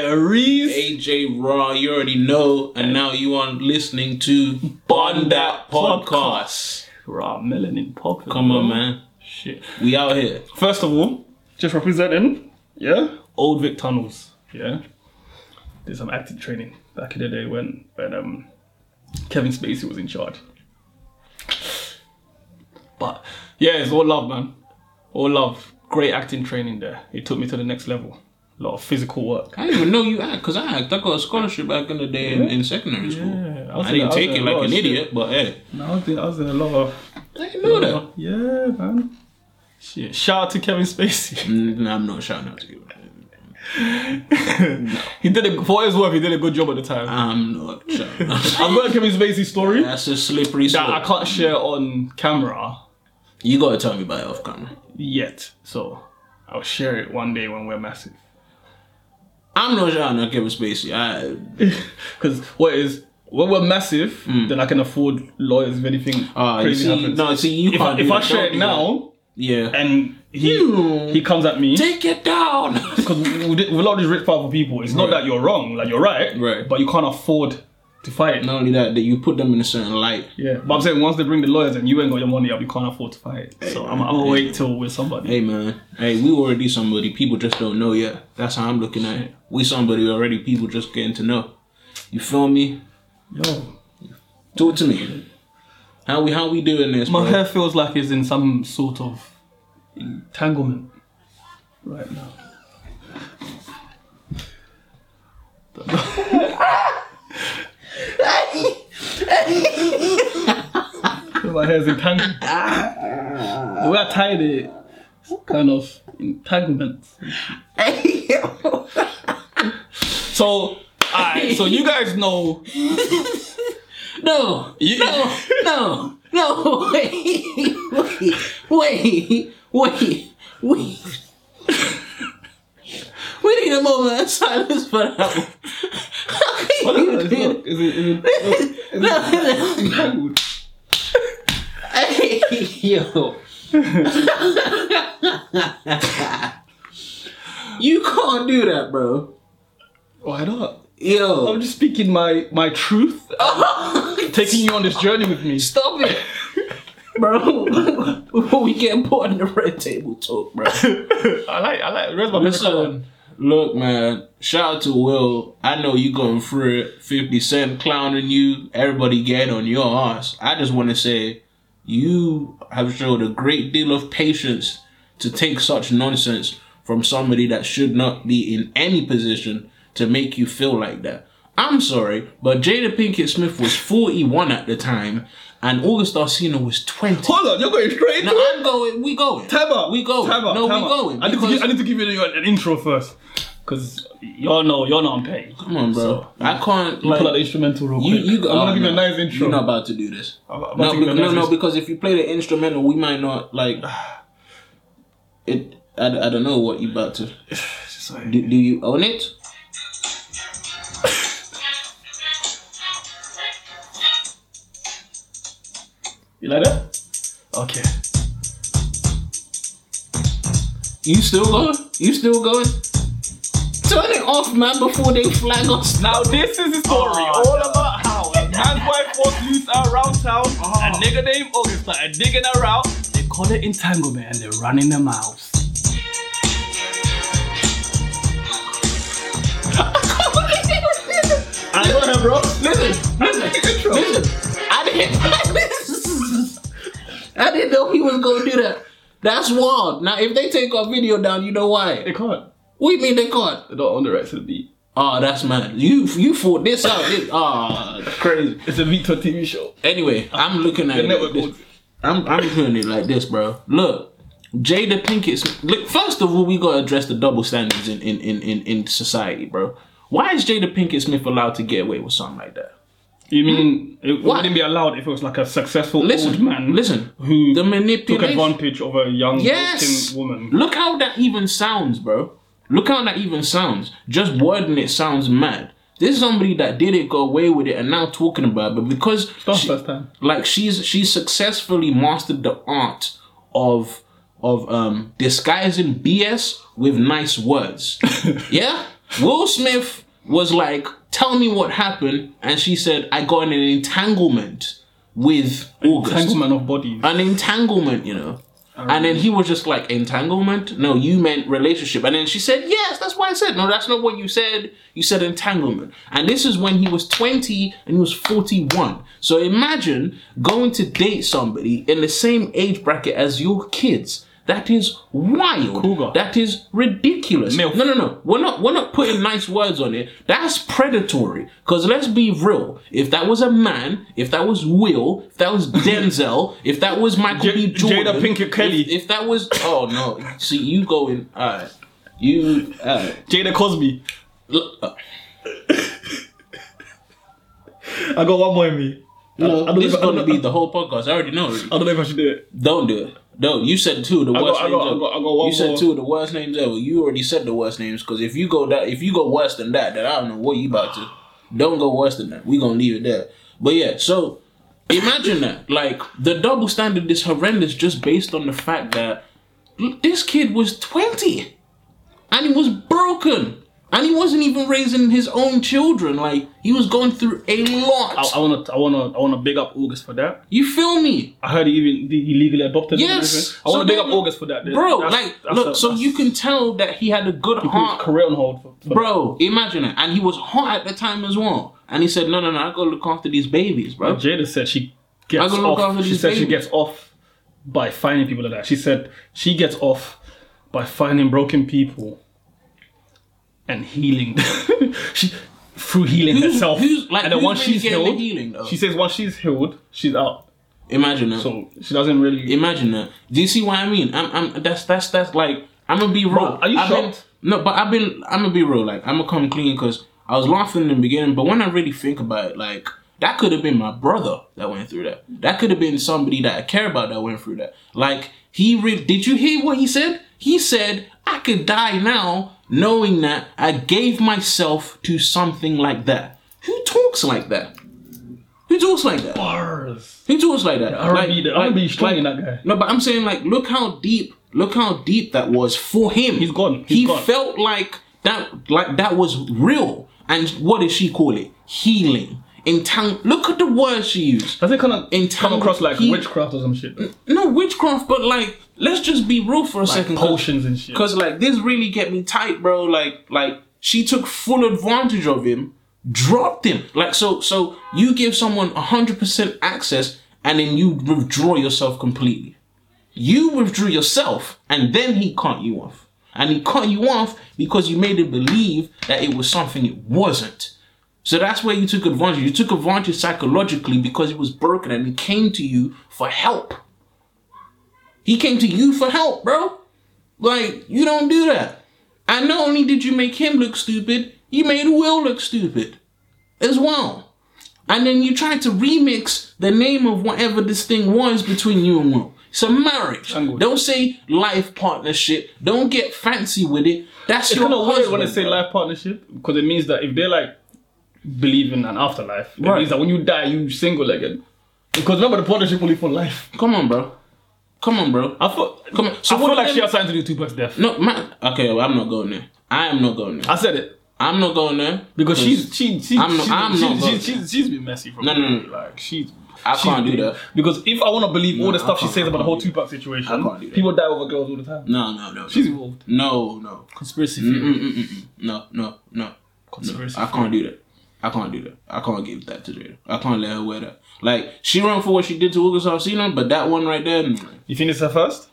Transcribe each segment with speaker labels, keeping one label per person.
Speaker 1: Reese.
Speaker 2: AJ Raw, you already know, and now you are listening to Bond That Podcast.
Speaker 1: Raw melanin pop.
Speaker 2: Come on, man.
Speaker 1: Shit.
Speaker 2: We out here.
Speaker 1: First of all, just representing, yeah, Old Vic Tunnels, yeah. Did some acting training back in the day when when um Kevin Spacey was in charge. But yeah, it's all love, man. All love. Great acting training there. It took me to the next level. A lot of physical work.
Speaker 2: I didn't even know you act because I act. I got a scholarship back in the day in, in secondary school.
Speaker 1: Yeah,
Speaker 2: I didn't take it like an idiot, but hey,
Speaker 1: No, I was doing, I was doing a lot of
Speaker 2: I didn't know that.
Speaker 1: Yeah, man. Shit. Shout out to Kevin Spacey.
Speaker 2: Mm, Nah, I'm not shouting out to you.
Speaker 1: He did a for his worth. He did a good job at the time.
Speaker 2: I'm not shouting. out.
Speaker 1: I've got a Kevin Spacey story that
Speaker 2: That's a slippery slope.
Speaker 1: I can't share on camera
Speaker 2: You gotta tell me about it off camera.
Speaker 1: yet. So I'll share it one day when we're massive.
Speaker 2: I'm not shouting out Kevin Spacey. I
Speaker 1: Because what is when we're massive, then I can afford lawyers if anything
Speaker 2: Mm. Ah, you
Speaker 1: crazy
Speaker 2: see-
Speaker 1: happens.
Speaker 2: no, see, you
Speaker 1: if,
Speaker 2: can't
Speaker 1: I, if
Speaker 2: do
Speaker 1: I
Speaker 2: that.
Speaker 1: share
Speaker 2: Don't
Speaker 1: it
Speaker 2: do that.
Speaker 1: now
Speaker 2: yeah.
Speaker 1: and he
Speaker 2: You-
Speaker 1: he comes at me
Speaker 2: Take it down.
Speaker 1: because with a lot of these rich powerful people, it's not that you're wrong, like you're right,
Speaker 2: Right.
Speaker 1: But you can't afford to fight.
Speaker 2: Not only that, that you put them in a certain light.
Speaker 1: Yeah, but I'm saying once they bring the lawyers and you ain't got your money up, you can't afford to fight. so I'm, I'm gonna wait till we're somebody.
Speaker 2: Hey man, hey, we already somebody. People just don't know yet. That's how I'm looking at it. We somebody already. People just getting to know. You feel me?
Speaker 1: Yo,
Speaker 2: Talk to me. How we how we doing this,
Speaker 1: my
Speaker 2: bro?
Speaker 1: hair feels like it's in some sort of entanglement right now. my hair's entangled. The way I tied it, it's kind of entanglement. So, alright, so you guys know
Speaker 2: no,
Speaker 1: You-
Speaker 2: no, no, no. Wait, wait, wait, wait. We need a moment of silence for that. one. How
Speaker 1: What
Speaker 2: can you
Speaker 1: is
Speaker 2: do
Speaker 1: it? Is it? Is it?
Speaker 2: No,
Speaker 1: Tangled.
Speaker 2: Hey, yo. you can't do that, bro.
Speaker 1: Why not?
Speaker 2: Yo.
Speaker 1: I'm just speaking my my truth. Taking you on this journey with me.
Speaker 2: Stop it. Bro, before we get put on the red table talk, bro.
Speaker 1: I like I like. Where's my Listen,
Speaker 2: Listen, look, man. Shout out to Will. I know you going through it. Fifty Cent clowning you. Everybody getting on your ass. I just want to say, you have showed a great deal of patience to take such nonsense from somebody that should not be in any position to make you feel like that. I'm sorry, but Jada Pinkett Smith was 41 at the time, and August Arcina was 20.
Speaker 1: Hold on, you're going straight.
Speaker 2: No,
Speaker 1: to
Speaker 2: I'm going. We going.
Speaker 1: Time out.
Speaker 2: We going.
Speaker 1: Time out.
Speaker 2: No,
Speaker 1: time
Speaker 2: we
Speaker 1: out.
Speaker 2: going.
Speaker 1: I need, to
Speaker 2: because-
Speaker 1: give, I need to give you an, an intro first, because y'all know y'all know I'm paid.
Speaker 2: Come on, bro. I can't. Like,
Speaker 1: Pull out the instrumental real
Speaker 2: You,
Speaker 1: quick.
Speaker 2: you,
Speaker 1: I'm gonna
Speaker 2: oh,
Speaker 1: give you a
Speaker 2: no.
Speaker 1: nice intro.
Speaker 2: You're not about to do this.
Speaker 1: I'm about
Speaker 2: No,
Speaker 1: to give you
Speaker 2: be-
Speaker 1: a
Speaker 2: no,
Speaker 1: nice
Speaker 2: no,
Speaker 1: intro.
Speaker 2: because if you play the instrumental, we might not like. It. I, I don't know what you about to.
Speaker 1: Sorry.
Speaker 2: Do, do you own it?
Speaker 1: You like that? Okay.
Speaker 2: You still going? You still going? Turn it off, man, before they flag us.
Speaker 1: Now this is a story all about how a man's wife was loose around town. A nigga named August started digging her out. They call it entanglement and they're running their mouths. I got her, bro.
Speaker 2: Listen, listen,
Speaker 1: Intro.
Speaker 2: listen. I didn't. I didn't know he was gonna do that. That's wild. Now, if they take our video down, you know why?
Speaker 1: They can't.
Speaker 2: We mean they can't.
Speaker 1: They don't own the rights to the beat.
Speaker 2: Oh, that's mad. You you fought this out. This, oh, that's crazy.
Speaker 1: It's a beat to a TV show.
Speaker 2: Anyway, I'm looking at
Speaker 1: The
Speaker 2: it.
Speaker 1: network
Speaker 2: Like
Speaker 1: owns
Speaker 2: this.
Speaker 1: it.
Speaker 2: I'm I'm putting it like this, bro. Look, Jada Pinkett. Smith- Look, first of all, we gotta address the double standards in in in in, in society, bro. Why is Jada Pinkett Smith allowed to get away with something like that?
Speaker 1: You mean it
Speaker 2: Why?
Speaker 1: wouldn't be allowed if it was like a successful
Speaker 2: Listen,
Speaker 1: old man
Speaker 2: listen.
Speaker 1: who
Speaker 2: The
Speaker 1: took
Speaker 2: manipulation.
Speaker 1: advantage of a young
Speaker 2: Yes.
Speaker 1: broken woman?
Speaker 2: Look how that even sounds, bro. Look how that even sounds. Just wording it sounds mad. This is somebody that did it, got away with it, and now talking about it. But because
Speaker 1: Not
Speaker 2: she-
Speaker 1: first time.
Speaker 2: like she's she's successfully mastered the art of of um disguising BS with nice words. yeah? Will Smith was like, "Tell me what happened," and she said, "I got in an entanglement with August."
Speaker 1: Entanglement of bodies.
Speaker 2: an entanglement, you know. And then he was just like, entanglement? No, you meant relationship. And then she said, yes, that's what I said. No, that's not what you said. You said entanglement. And this is when he was 20 and he was 41. So imagine going to date somebody in the same age bracket as your kids. That is wild.
Speaker 1: Cougar.
Speaker 2: That is ridiculous.
Speaker 1: Milf.
Speaker 2: No, no, no. We're not. We're not putting nice words on it. That's predatory. Because let's be real. If that was a man, if that was Will, if that was Denzel, if that was Michael
Speaker 1: J-
Speaker 2: B. Jordan,
Speaker 1: Jada Pinkett Kelly.
Speaker 2: If, if that was, oh no. See, you going. Uh, you. Uh,
Speaker 1: Jada Cosby.
Speaker 2: l- uh,
Speaker 1: I got one more in me.
Speaker 2: no,
Speaker 1: I don't
Speaker 2: this is
Speaker 1: even- I
Speaker 2: going to
Speaker 1: don't-
Speaker 2: be the whole podcast. I already know. Already.
Speaker 1: I don't know if I should do it.
Speaker 2: Don't do it. No, you said two of the worst
Speaker 1: I
Speaker 2: names
Speaker 1: got- I
Speaker 2: ever.
Speaker 1: got- I got one
Speaker 2: you said
Speaker 1: more.
Speaker 2: two of the worst names ever. You already said the worst names because if you go that, if you go worse than that, then I don't know what you about to. Don't go worse than that. We gonna leave it there. But yeah, so imagine that. Like the double standard is horrendous just based on the fact that l- this kid was twenty, and he was broken. And he wasn't even raising his own children. Like he was going through a lot.
Speaker 1: I, I wanna, I wanna, I wanna big up August for that.
Speaker 2: you feel me?
Speaker 1: I heard he even he legally adopted. him and
Speaker 2: Yes.
Speaker 1: everything. I
Speaker 2: So
Speaker 1: wanna big
Speaker 2: then-
Speaker 1: up August for that,
Speaker 2: bro.
Speaker 1: That's-
Speaker 2: like,
Speaker 1: that's
Speaker 2: look,
Speaker 1: a-
Speaker 2: so
Speaker 1: that's-
Speaker 2: you can tell that he had a good
Speaker 1: put his
Speaker 2: heart,
Speaker 1: career on hold. For, for
Speaker 2: bro. Imagine it, and he was hot at the time as well. And he said, "No, no, no, I gotta look after these babies, bro."
Speaker 1: Jada said she gets
Speaker 2: I gotta look
Speaker 1: off.
Speaker 2: after
Speaker 1: She
Speaker 2: these
Speaker 1: said she
Speaker 2: babies.
Speaker 1: gets off by finding people like that. She said she gets off by finding broken people and healing. them. she through healing
Speaker 2: Who's-
Speaker 1: herself.
Speaker 2: who's- like,
Speaker 1: and then
Speaker 2: who's
Speaker 1: once
Speaker 2: really
Speaker 1: she's
Speaker 2: getting the
Speaker 1: healed,
Speaker 2: healing, though?
Speaker 1: she says once she's healed, she's out.
Speaker 2: Imagine that.
Speaker 1: So she doesn't really.
Speaker 2: Imagine that. Do you see what I mean? I'm, I'm. That's that's that's like. I'm gonna be real.
Speaker 1: are you
Speaker 2: I've been-
Speaker 1: shocked?
Speaker 2: no, but I've been. I'm gonna be real. Like I'm gonna come clean because I was laughing in the beginning, but when I really think about it, like that could have been my brother that went through that. That could have been somebody that I care about that went through that. Like he re- did. You hear what he said? He said I could die now, knowing that I gave myself to something like that. Who talks like that? Who talks like that?
Speaker 1: Bars.
Speaker 2: Who talks like that?
Speaker 1: R&B,
Speaker 2: Like-
Speaker 1: the R&B is strong
Speaker 2: like-
Speaker 1: in that guy.
Speaker 2: no, but I'm saying like, look how deep, look how deep that was for him.
Speaker 1: He's gone. He's
Speaker 2: he
Speaker 1: gone.
Speaker 2: felt like that, like that was real. And what did she call it? Healing. Entang. Look at the words she used.
Speaker 1: Does it kind of come
Speaker 2: Entangled
Speaker 1: across like
Speaker 2: heat.
Speaker 1: witchcraft or some shit?
Speaker 2: No witchcraft, but like, let's just be real for a second. 'cause-
Speaker 1: Potions and shit.
Speaker 2: Cause like this really get me tight, bro. Like like she took full advantage of him, dropped him. Like so so you give someone hundred percent access and then you withdraw yourself completely. You withdrew yourself and then he cut you off. And he cut you off because you made him believe that it was something it wasn't. So that's where you took advantage. You took advantage psychologically because it was broken and he came to you for help. He came to you for help, bro. Like, you don't do that. And not only did you make him look stupid, you made Will look stupid as well. And then you tried to remix the name of whatever this thing was between you and Will. It's a marriage.
Speaker 1: Tangled.
Speaker 2: Don't say life partnership. Don't get fancy with it. That's
Speaker 1: it's
Speaker 2: your
Speaker 1: kind of weird when they
Speaker 2: husband,
Speaker 1: say
Speaker 2: bro.
Speaker 1: life partnership because it means that if they like believe in an afterlife, it
Speaker 2: Right.
Speaker 1: means that when you die, you single again. Because remember, the partnership will live for life.
Speaker 2: Come on, bro. Come on, bro.
Speaker 1: I thought.
Speaker 2: Come on.
Speaker 1: So I
Speaker 2: what
Speaker 1: feel
Speaker 2: do
Speaker 1: like
Speaker 2: they-
Speaker 1: she assigned to do Tupac's death.
Speaker 2: No, man. Okay, well, I'm not going there. I am not going there.
Speaker 1: I said it
Speaker 2: I'm not going there
Speaker 1: because she's she she
Speaker 2: I'm not-
Speaker 1: she's,
Speaker 2: I'm
Speaker 1: she's,
Speaker 2: not voting.
Speaker 1: she's, she's, she's been messy from
Speaker 2: No, no, no.
Speaker 1: like she's.
Speaker 2: I
Speaker 1: she's
Speaker 2: can't do
Speaker 1: been-
Speaker 2: that.
Speaker 1: because if I want to believe all the
Speaker 2: I
Speaker 1: stuff she
Speaker 2: can't-
Speaker 1: says
Speaker 2: I
Speaker 1: about the whole
Speaker 2: can't do
Speaker 1: Tupac situation,
Speaker 2: I can't do that.
Speaker 1: people die over girls all the time.
Speaker 2: No, no, no.
Speaker 1: She's involved.
Speaker 2: no, no.
Speaker 1: Conspiracy theory.
Speaker 2: Mm-mm-mm. No, no, no.
Speaker 1: Conspiracy.
Speaker 2: I can't do that. I can't do that. I can't give that to Jada. I can't let her wear that. Like she run for what she did to August Alsina, but that one right there, no.
Speaker 1: You think it's her first?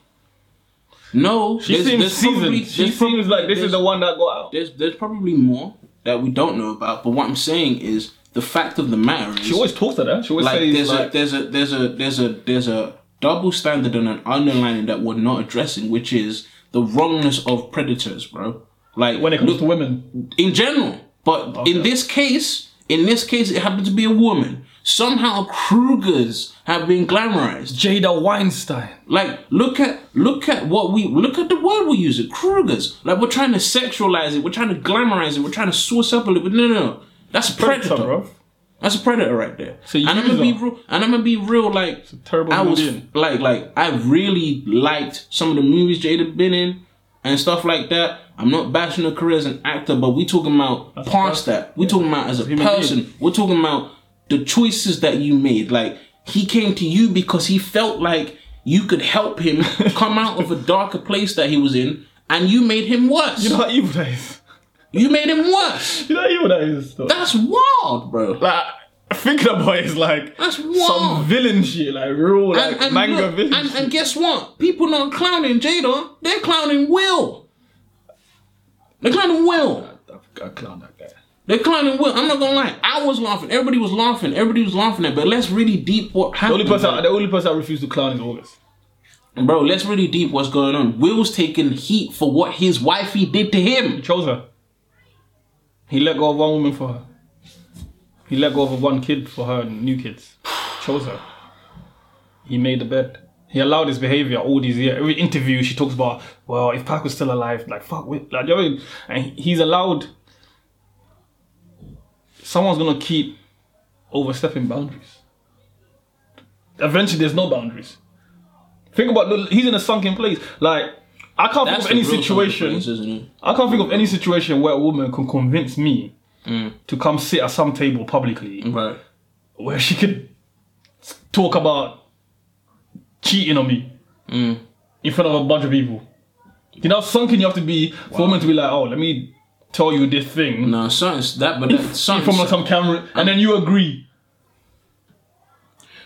Speaker 2: no
Speaker 1: She seems seasoned. she
Speaker 2: there's
Speaker 1: seems like this is
Speaker 2: there's-
Speaker 1: the one that got out.
Speaker 2: There's there's probably more that we don't know about. But what I'm saying is the fact of the matter is
Speaker 1: She always talks to that. She always
Speaker 2: like
Speaker 1: says
Speaker 2: there's
Speaker 1: like,
Speaker 2: a there's a there's a there's a there's a double standard and an underlining that we're not addressing, which is the wrongness of predators, bro. Like
Speaker 1: when it comes
Speaker 2: look-
Speaker 1: to women,
Speaker 2: in general. But in this case, in this case, it happened to be a woman. Somehow, Krugers have been glamorized.
Speaker 1: Jada Weinstein.
Speaker 2: Like, look at look at what we look at the word we're using, Krugers. Like, we're trying to sexualize it, we're trying to glamorize it, we're trying to source up a little bit. No, no, no. That's a predator.
Speaker 1: Predator, bro.
Speaker 2: That's a predator right there.
Speaker 1: a
Speaker 2: and I'm gonna be
Speaker 1: user.
Speaker 2: real. And I'm gonna be real. Like,
Speaker 1: terrible
Speaker 2: I
Speaker 1: human
Speaker 2: was
Speaker 1: being.
Speaker 2: like, like I really liked some of the movies Jada been in and stuff like that. I'm not bashing her career as an actor, but we talking about
Speaker 1: As a
Speaker 2: past
Speaker 1: person.
Speaker 2: that. we talking about as a
Speaker 1: human
Speaker 2: person. We're talking about the choices that you made. Like he came to you because he felt like you could help him come out of a darker place that he was in, and you made him worse.
Speaker 1: You know how evil that is.
Speaker 2: you made him worse.
Speaker 1: You know how evil that is. Though?
Speaker 2: That's wild, bro.
Speaker 1: like thinking about it is like
Speaker 2: That's
Speaker 1: some
Speaker 2: wild.
Speaker 1: villain shit, like real like
Speaker 2: and, and
Speaker 1: manga
Speaker 2: look,
Speaker 1: villain.
Speaker 2: and,
Speaker 1: shit.
Speaker 2: and guess what? People not clowning Jada. They're clowning Will. They're clowning Will.
Speaker 1: I, I clown that guy.
Speaker 2: They're clowning Will. I'm not gonna lie. I was laughing. Everybody was laughing. Everybody was laughing at. But let's really deep what
Speaker 1: The
Speaker 2: happened.
Speaker 1: only person,
Speaker 2: man.
Speaker 1: the only person I refuse to clown is August.
Speaker 2: Bro, let's really deep what's going on. Will's taking heat for what his wifey did to him.
Speaker 1: He chose her. He let go of one woman for her. He let go of one kid for her and new kids. Chose her. He made the bed. He allowed his behavior all these years. Every interview she talks about, well, if Pac was still alive, like fuck, wait, like, you know what I mean? and he- he's allowed. Someone's gonna keep overstepping boundaries. Eventually, there's no boundaries. Think about look, he's in a sunken place. Like I can't think of
Speaker 2: the
Speaker 1: any
Speaker 2: real
Speaker 1: situation.
Speaker 2: consequence, isn't it?
Speaker 1: I can't think of any situation where a woman can convince me to come sit at some table publicly
Speaker 2: Right.
Speaker 1: where she could s- talk about cheating on me
Speaker 2: Mm.
Speaker 1: in front of a bunch of people. You know how sunken you have to be for women to be like, oh, let me tell you this thing
Speaker 2: No, son's that, but that
Speaker 1: in
Speaker 2: son,
Speaker 1: front of some camera, and then you agree.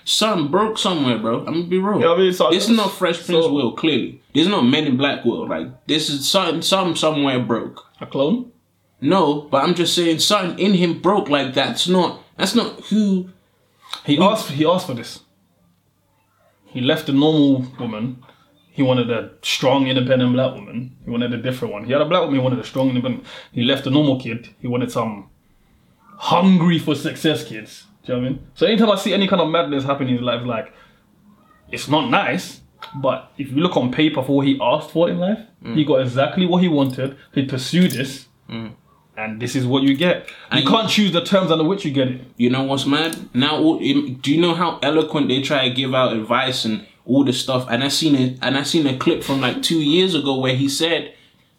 Speaker 2: son broke somewhere, bro. I'm gonna be real.
Speaker 1: You know what I mean? So
Speaker 2: This is not Fresh Prince
Speaker 1: so-
Speaker 2: Will, clearly. This is not Men in Black Will. Like, this is something, some somewhere broke.
Speaker 1: a clone.
Speaker 2: No, but I'm just saying something in him broke. Like, that's not, that's not who.
Speaker 1: He asked. He asked for this. He left the normal woman. He wanted a strong, independent black woman. He wanted a different one. He had a black woman. He wanted a strong, independent. He left the normal kid. He wanted some hungry for success kids. Do you know what I mean? So anytime I see any kind of madness happen in his life, like it's not nice. But if you look on paper for what he asked for in life, he got exactly what he wanted. He pursued this, and this is what you get. you
Speaker 2: you-
Speaker 1: can't choose the terms under which you get it.
Speaker 2: You know what's mad? Now, all- im- do you know how eloquent they try to give out advice and all this stuff? And I seen it, and I seen a clip from like two years ago where he said,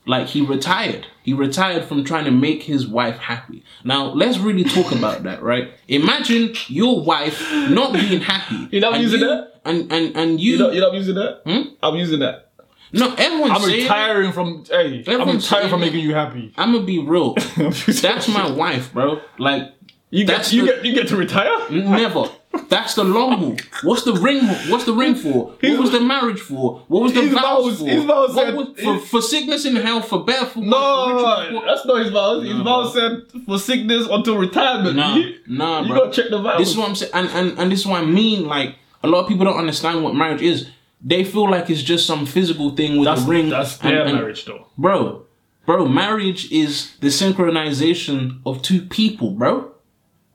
Speaker 2: like, he retired. He retired from trying to make his wife happy. Now, let's really talk about that, right? Imagine your wife not being happy.
Speaker 1: You know what
Speaker 2: and
Speaker 1: I'm using that?
Speaker 2: And and and you,
Speaker 1: You know, you know I'm using that.
Speaker 2: Hmm?
Speaker 1: I'm using that.
Speaker 2: no, everyone's
Speaker 1: I'm
Speaker 2: saying.
Speaker 1: retiring from. Hey, I'm
Speaker 2: Everyone's
Speaker 1: retiring from
Speaker 2: saying-
Speaker 1: making you happy.
Speaker 2: I'm gonna be real. That's
Speaker 1: That's
Speaker 2: my wife, bro. Like,
Speaker 1: You get
Speaker 2: that's
Speaker 1: you
Speaker 2: the- Hmm?
Speaker 1: get you get to retire.
Speaker 2: Never. That's the long haul. What's the ring? What's the ring for? What was the marriage for? What was the
Speaker 1: His vows-
Speaker 2: vows for?
Speaker 1: his vows
Speaker 2: What
Speaker 1: said-
Speaker 2: was- for, for sickness and health, for bad, for
Speaker 1: No, that's not his vows. His
Speaker 2: No,
Speaker 1: vows said for sickness until retirement.
Speaker 2: Nah,
Speaker 1: you,
Speaker 2: nah,
Speaker 1: you
Speaker 2: bro.
Speaker 1: gotta check the vows.
Speaker 2: This is what I'm saying, and, and and this is what I mean. Like a lot of people don't understand what marriage is. They feel like it's just some physical thing with
Speaker 1: that's,
Speaker 2: a ring.
Speaker 1: that's
Speaker 2: and-
Speaker 1: their
Speaker 2: and-
Speaker 1: marriage, though.
Speaker 2: bro. Bro, marriage is the synchronization of two people, bro.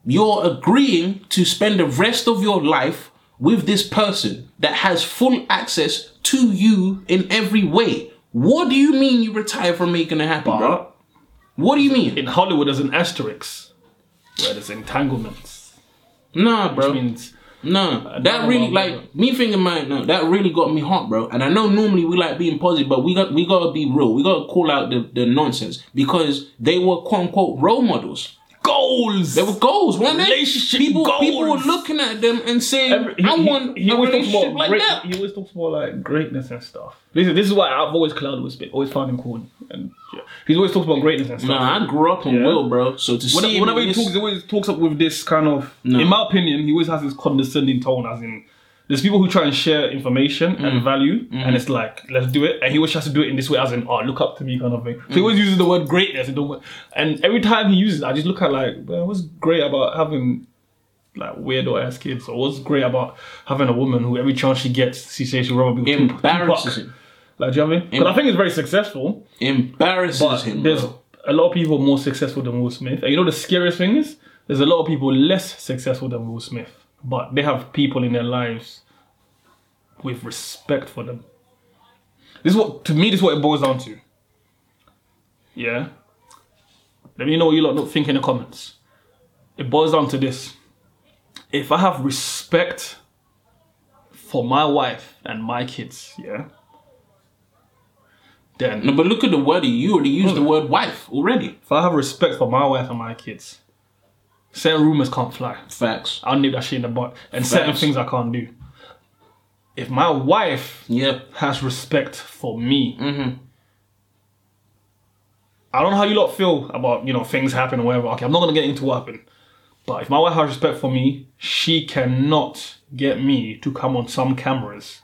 Speaker 2: You're agreeing to spend the rest of your life with this person that has full access to you in every way. What do you mean you retire from making it happen, bro? What do you mean?
Speaker 1: In Hollywood, there's an asterisk where there's entanglements.
Speaker 2: Nah, bro.
Speaker 1: Which means
Speaker 2: No, that
Speaker 1: no,
Speaker 2: really
Speaker 1: no,
Speaker 2: like
Speaker 1: no.
Speaker 2: me thinking my no, that really got me hot, bro. And I know normally we like being positive, but we got we gotta be real. We gotta call out the, the nonsense because they were quote unquote role models.
Speaker 1: goals.
Speaker 2: They were goals, weren't they?
Speaker 1: Relationship
Speaker 2: people, people were
Speaker 1: goals.
Speaker 2: looking at them and saying,
Speaker 1: Every-
Speaker 2: "I want a
Speaker 1: always talks
Speaker 2: relationship
Speaker 1: about
Speaker 2: like
Speaker 1: great-
Speaker 2: that."
Speaker 1: He always talks about like greatness and stuff. Listen, this is why I've always clouded with Spit, always found him cool, and yeah. he's always talks about greatness and stuff.
Speaker 2: Nah, I grew up on
Speaker 1: Yeah.
Speaker 2: Will, bro. So to see
Speaker 1: When-
Speaker 2: him
Speaker 1: whenever
Speaker 2: in
Speaker 1: he
Speaker 2: this-
Speaker 1: talks, he always talks up with this kind of. In my opinion, he always has this condescending tone, as in. There's people who try and share information
Speaker 2: Mm.
Speaker 1: and value, and it's like, let's do it. And he always tries to do it in this way, as in, oh, look up to me, kind of thing.
Speaker 2: Mm.
Speaker 1: So he always uses the word greatness. And, don't, and every time he uses it, I just look at, like, well, what's great about having like weirdo ass kids. So what's great about having a woman who every chance she gets, she says she rubber people. Tupac.
Speaker 2: embarrasses him,
Speaker 1: Like, do you know what I mean? Because I think it's very successful.
Speaker 2: embarrasses
Speaker 1: But
Speaker 2: him,
Speaker 1: there's
Speaker 2: bro.
Speaker 1: a lot of people more successful than Will Smith. And you know the scariest thing is there's a lot of people less successful than Will Smith, but they have people in their lives with respect for them. This is what to me this is what it boils down to. Yeah. Let me know what you lot don't think in the comments. It boils down to this. If I have respect for my wife and my kids, yeah, then
Speaker 2: No, but look at the wording. You already used
Speaker 1: Hmm.
Speaker 2: the word wife already.
Speaker 1: if I have respect for my wife and my kids, certain rumors can't fly.
Speaker 2: Facts.
Speaker 1: I'll nip that shit in the butt. And certain
Speaker 2: Facts.
Speaker 1: things I can't do. If my wife
Speaker 2: Yeah. Mm-hmm.
Speaker 1: has respect for me, I don't know how you lot feel about, you know, things happen or whatever. Okay, I'm not gonna get into what happened. But if my wife has respect for me, she cannot get me to come on some cameras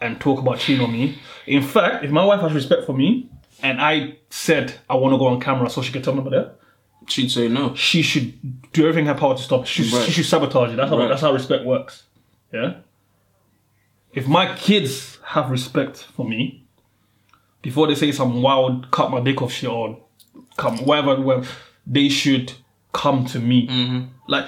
Speaker 1: and talk about cheating on me. In fact, if my wife has respect for me and I said I wanna go on camera so she could tell me about that,
Speaker 2: She'd say no.
Speaker 1: she should do everything in her power to stop it. She,
Speaker 2: Right.
Speaker 1: she should sabotage it. That's how
Speaker 2: Right.
Speaker 1: that's how respect works. Yeah. If my kids have respect for me, before they say some wild cut my dick off shit or come whatever, whatever they should come to me.
Speaker 2: Mm-hmm.
Speaker 1: Like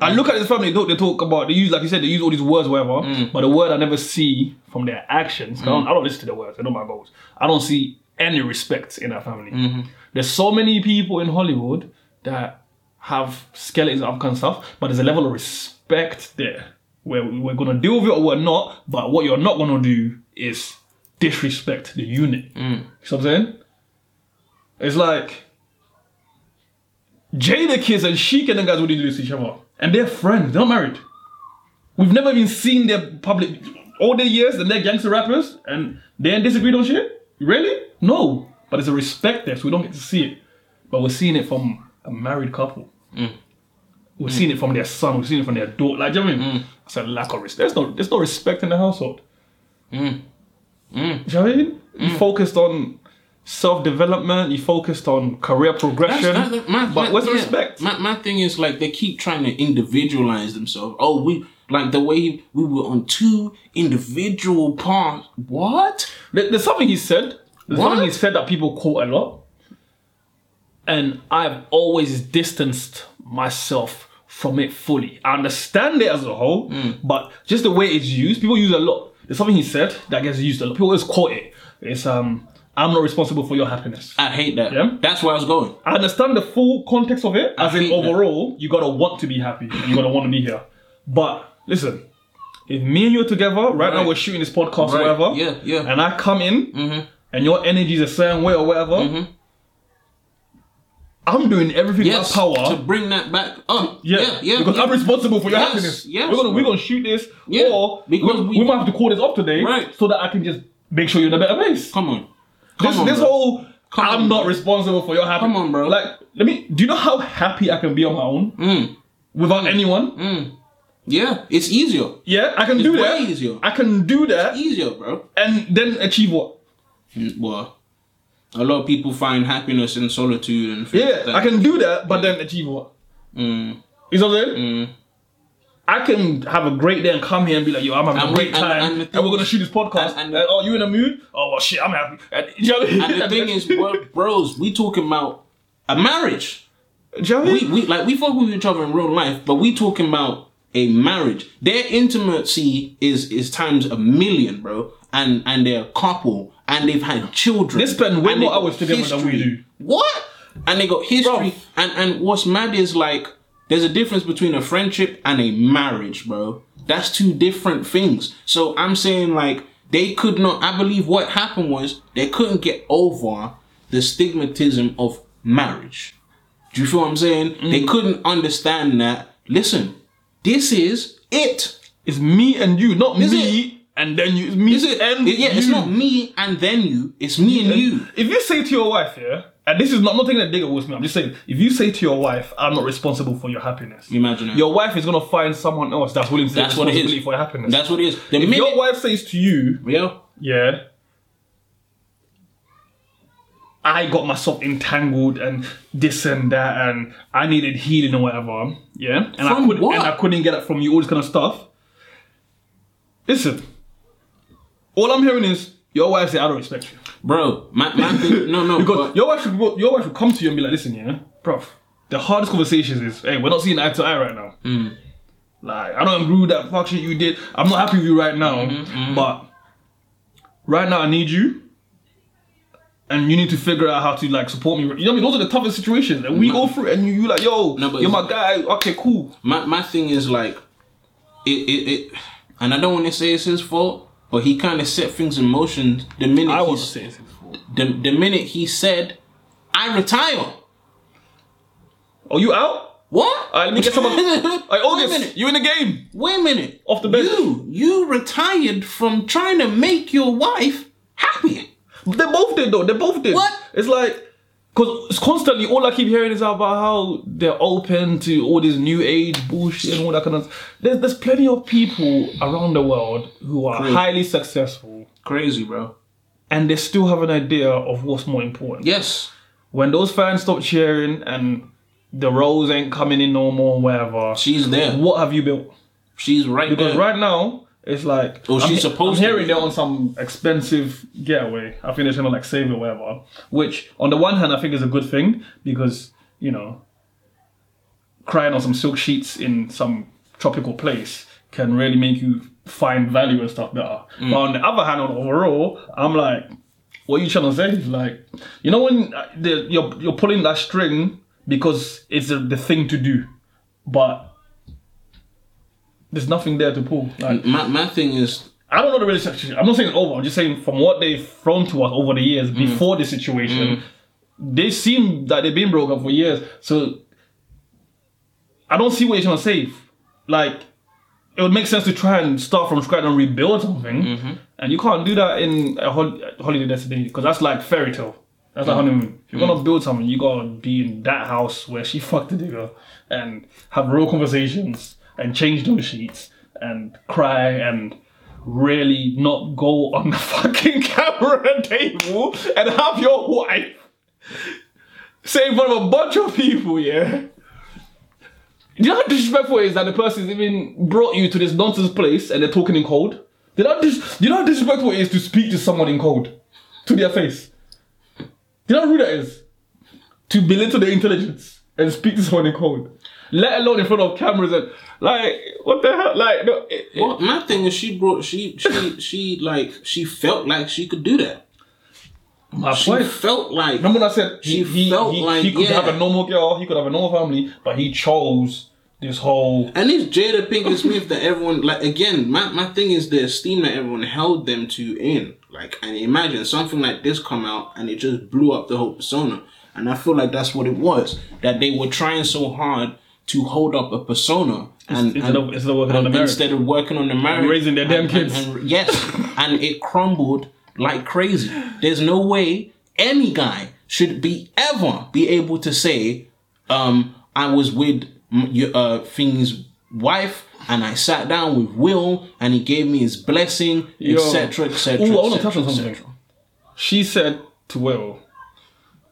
Speaker 1: I look at this family, they, don't, they talk about they use like you said they use all these words whatever, but the word I never see from their actions. 'cause I, don't, I don't listen to their words. I know my goals. I don't see any respect in that family. There's so many people in Hollywood that have skeletons and kind of stuff, but there's a level of respect there where we- we're gonna deal with it or we're not. But what you're not gonna do is disrespect the unit. You see what I'm saying? It's like Jada Kiss and Sheik and them guys wouldn't do this to each other, and they're friends. They're not married. We've never even seen their public all their years, and they're gangster rappers, and they ain't disagreed on shit. Really? No. But there's a respect there, so we don't get to see it. But we're seeing it from a married couple.
Speaker 2: Mm.
Speaker 1: We're seeing it from their son. We're seeing it from their daughter. Like, do you know what I mean?
Speaker 2: Mm.
Speaker 1: It's a lack of respect. There's no, there's no respect in the household.
Speaker 2: Mm.
Speaker 1: Do you know what I mean? You focused on self development. You focused on career progression.
Speaker 2: That's- that's- my-
Speaker 1: but
Speaker 2: my-
Speaker 1: where's the
Speaker 2: yeah.
Speaker 1: respect?
Speaker 2: My, my thing is like they keep trying to individualize themselves. Oh, we like the way we were on two individual paths. What?
Speaker 1: There- There's something he said. There's
Speaker 2: What?
Speaker 1: something he said that people quote a lot. And I've always distanced myself from it fully. I understand it as a whole, but just the way it's used, people use it a lot. There's something he said that gets used a lot. People always quote it. It's um, I'm not responsible for your happiness.
Speaker 2: I hate that.
Speaker 1: Yeah.
Speaker 2: That's where I was going.
Speaker 1: I understand the full context of it, as in
Speaker 2: hate that.
Speaker 1: overall, you gotta want to be happy and you gotta want to be here. But listen, if me and you are together, right, now
Speaker 2: Right.
Speaker 1: we're shooting this podcast
Speaker 2: Right.
Speaker 1: or whatever,
Speaker 2: Yeah, yeah. Mm-hmm.
Speaker 1: and I come in and your energy is a certain way or whatever, I'm doing everything
Speaker 2: Yes.
Speaker 1: in my power.
Speaker 2: To bring that back up.
Speaker 1: yeah,
Speaker 2: Yeah. Yeah.
Speaker 1: Because
Speaker 2: yeah.
Speaker 1: I'm responsible for your
Speaker 2: Yes,
Speaker 1: happiness.
Speaker 2: yes,
Speaker 1: we're gonna we're
Speaker 2: bro.
Speaker 1: gonna shoot this,
Speaker 2: Yeah,
Speaker 1: or we,
Speaker 2: because we-
Speaker 1: we might have to call this off today,
Speaker 2: Right.
Speaker 1: So that I can just make sure you're in a better place.
Speaker 2: Come on. Come
Speaker 1: This,
Speaker 2: on,
Speaker 1: this
Speaker 2: bro.
Speaker 1: whole
Speaker 2: Come
Speaker 1: I'm
Speaker 2: on,
Speaker 1: not
Speaker 2: bro.
Speaker 1: responsible for your happiness.
Speaker 2: Come on, bro.
Speaker 1: Like, let me. Do you know how happy I can be on my own
Speaker 2: Mm.
Speaker 1: without anyone?
Speaker 2: Yeah. It's easier.
Speaker 1: Yeah, I can do
Speaker 2: way
Speaker 1: that.
Speaker 2: easier.
Speaker 1: I can do that
Speaker 2: Easier, bro.
Speaker 1: and then achieve what?
Speaker 2: Mm, Well, a lot of people find happiness in solitude and things
Speaker 1: Yeah,
Speaker 2: like that.
Speaker 1: I can do that, but then achieve what?
Speaker 2: Mm.
Speaker 1: You know what I'm saying?
Speaker 2: Mm.
Speaker 1: I can have a great day and come here and be like, yo, I'm having a
Speaker 2: And we-
Speaker 1: great
Speaker 2: and-
Speaker 1: time, and,
Speaker 2: and the thing
Speaker 1: we're gonna
Speaker 2: is-
Speaker 1: shoot this podcast.
Speaker 2: and-
Speaker 1: And,
Speaker 2: and-
Speaker 1: oh, you in the mood? Oh well, shit, I'm happy. And, you know what I mean?
Speaker 2: And the thing is, bro- bros, we talking about a marriage.
Speaker 1: Do you know what I
Speaker 2: we,
Speaker 1: mean?
Speaker 2: we like we fuck with each other in real life, but we talking about a marriage. Their intimacy is is times a million, bro. And and they're a couple, and they've had children.
Speaker 1: They spend way
Speaker 2: and they
Speaker 1: more
Speaker 2: got
Speaker 1: hours together than we
Speaker 2: history.
Speaker 1: do.
Speaker 2: What? And they got history.
Speaker 1: Bro.
Speaker 2: And and what's mad is like there's a difference between a friendship and a marriage, bro. That's two different things. So I'm saying like they could not. I believe what happened was they couldn't get over the stigmatism of marriage. Do you feel what I'm saying?
Speaker 1: Mm.
Speaker 2: They couldn't understand that. Listen, this is it.
Speaker 1: It's me and you, not
Speaker 2: Is
Speaker 1: me and then you. It's me
Speaker 2: Is it?
Speaker 1: and
Speaker 2: yeah,
Speaker 1: you.
Speaker 2: it's not me and then you. It's me and you.
Speaker 1: If you say to your wife, yeah, and this is not, I'm not taking a dig at Will Smith, I'm just saying, if you say to your wife, I'm not responsible for your happiness,
Speaker 2: Imagine that.
Speaker 1: your wife is gonna find someone else that's willing to
Speaker 2: That's
Speaker 1: take
Speaker 2: what it is.
Speaker 1: responsibility for your happiness.
Speaker 2: That's what it is. The
Speaker 1: if
Speaker 2: minute,
Speaker 1: your wife says to you,
Speaker 2: yeah.
Speaker 1: yeah, I got myself entangled and this and that, and I needed healing or whatever, yeah, and I
Speaker 2: From
Speaker 1: couldn't,
Speaker 2: what?
Speaker 1: and I couldn't get it from you, all this kind of stuff. Listen, all I'm hearing is your wife say I don't respect you.
Speaker 2: Bro, my, my thing, no, no,
Speaker 1: Because
Speaker 2: but,
Speaker 1: your wife should go- your wife should come to you and be like, listen, yeah, bro, the hardest conversations is, hey, we're not seeing eye to eye right now.
Speaker 2: Hmm.
Speaker 1: Like, I don't agree with that fuck shit you did. I'm not happy with you right now,
Speaker 2: Mm-hmm,
Speaker 1: but right now I need you. And you need to figure out how to like support me. You know what I mean? Those are the toughest situations, and we go through. it And you, you like, yo,
Speaker 2: Mm-hmm. No, but
Speaker 1: you're
Speaker 2: it's-
Speaker 1: my guy. Okay, cool.
Speaker 2: my, my thing is like, it, it, it, and I don't want to say it's his fault, but he kind of set things in motion the minute
Speaker 1: I
Speaker 2: he
Speaker 1: want to
Speaker 2: s-
Speaker 1: say six four.
Speaker 2: the, the minute he said, "I retire."
Speaker 1: Are you out?
Speaker 2: What?
Speaker 1: All right, let me get someone. Hey,
Speaker 2: Wait a
Speaker 1: August,
Speaker 2: minute.
Speaker 1: you in the game?
Speaker 2: Wait a minute.
Speaker 1: Off the bench.
Speaker 2: You you retired from trying to make your wife happy.
Speaker 1: They both did though. They both did.
Speaker 2: What?
Speaker 1: It's like because it's constantly all I keep hearing is about how they're open to all this new age bullshit and all that kind of. There's there's plenty of people around the world who are highly successful
Speaker 2: Crazy, bro.
Speaker 1: and they still have an idea of what's more important.
Speaker 2: Yes.
Speaker 1: When those fans stop cheering and the roles ain't coming in no more, whatever.
Speaker 2: She's there.
Speaker 1: What have you built?
Speaker 2: She's right
Speaker 1: Because
Speaker 2: there.
Speaker 1: right now it's like
Speaker 2: Oh,
Speaker 1: I'm
Speaker 2: she's
Speaker 1: he-
Speaker 2: supposed
Speaker 1: I'm
Speaker 2: to
Speaker 1: hearing
Speaker 2: be.
Speaker 1: they're on some expensive getaway. I think they're trying to like save it, whatever. Which on the one hand I think is a good thing because you know crying on some silk sheets in some tropical place can really make you find value and stuff better.
Speaker 2: Mm.
Speaker 1: But on the other hand, on overall, I'm like, what are you trying to say? Like, you know when uh, the, you're you're pulling that string because it's the, the thing to do, but there's nothing there to pull. Like,
Speaker 2: My, my thing is,
Speaker 1: I don't know the relationship. I'm not saying it's over. I'm just saying from what they've thrown to us over the years before the situation, they seem that they've been broken for years. So I don't see what you're trying to save. Like it would make sense to try and start from scratch and rebuild something, and you can't do that in a hol- holiday destination because that's like fairy tale. That's like honeymoon. If you're gonna build something, you gotta be in that house where she fucked the nigga and have real conversations and change those sheets and cry and really not go on the fucking camera table and have your wife say in front of a bunch of people, yeah? You know how disrespectful it is that the person's even brought you to this nonsense place and they're talking in code? You know how, dis- you know how disrespectful it is to speak to someone in code? To their face. You know how rude that is? To belittle their intelligence and speak to someone in code. Let alone in front of cameras and, like, what the hell? Like, no, it- it-
Speaker 2: well, my thing is, she brought she she she like she felt like she could do that.
Speaker 1: my
Speaker 2: She felt like
Speaker 1: Remember when I said he,
Speaker 2: She
Speaker 1: he,
Speaker 2: felt
Speaker 1: he,
Speaker 2: like,
Speaker 1: he could
Speaker 2: yeah.
Speaker 1: have a normal girl, he could have a normal family, but he chose this whole.
Speaker 2: And it's Jada Pinkett Smith that everyone like again, my, my thing is the esteem that everyone held them to in. Like and imagine something like this come out and it just blew up the whole persona. And I feel like that's what it was. That they were trying so hard to hold up a persona and,
Speaker 1: Instead
Speaker 2: and-
Speaker 1: of, instead of working on the marriage.
Speaker 2: instead of working on the marriage.
Speaker 1: raising their damn
Speaker 2: and-
Speaker 1: kids.
Speaker 2: and- and- yes. and it crumbled like crazy. There's no way any guy should be ever be able to say, um, I was with m- your, uh, Thing's wife and I sat down with Will and he gave me his blessing, etc., etc.
Speaker 1: Ooh, I wanna touch on something. She said to Will,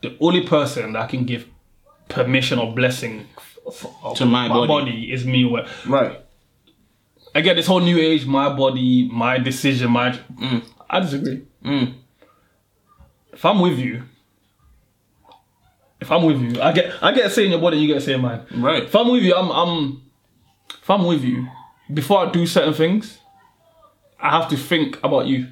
Speaker 1: the only person that can give permission or blessing f- f-
Speaker 2: To my body.
Speaker 1: is me. Will.
Speaker 2: Right.
Speaker 1: Again, this whole new age, my body, my decision, my.
Speaker 2: Mm.
Speaker 1: I disagree. If I'm with you, if I'm with you, I get I get a say in your body, you get a say in mine.
Speaker 2: Right.
Speaker 1: If I'm with you, I'm I'm if I'm with you, before I do certain things, I have to think about you.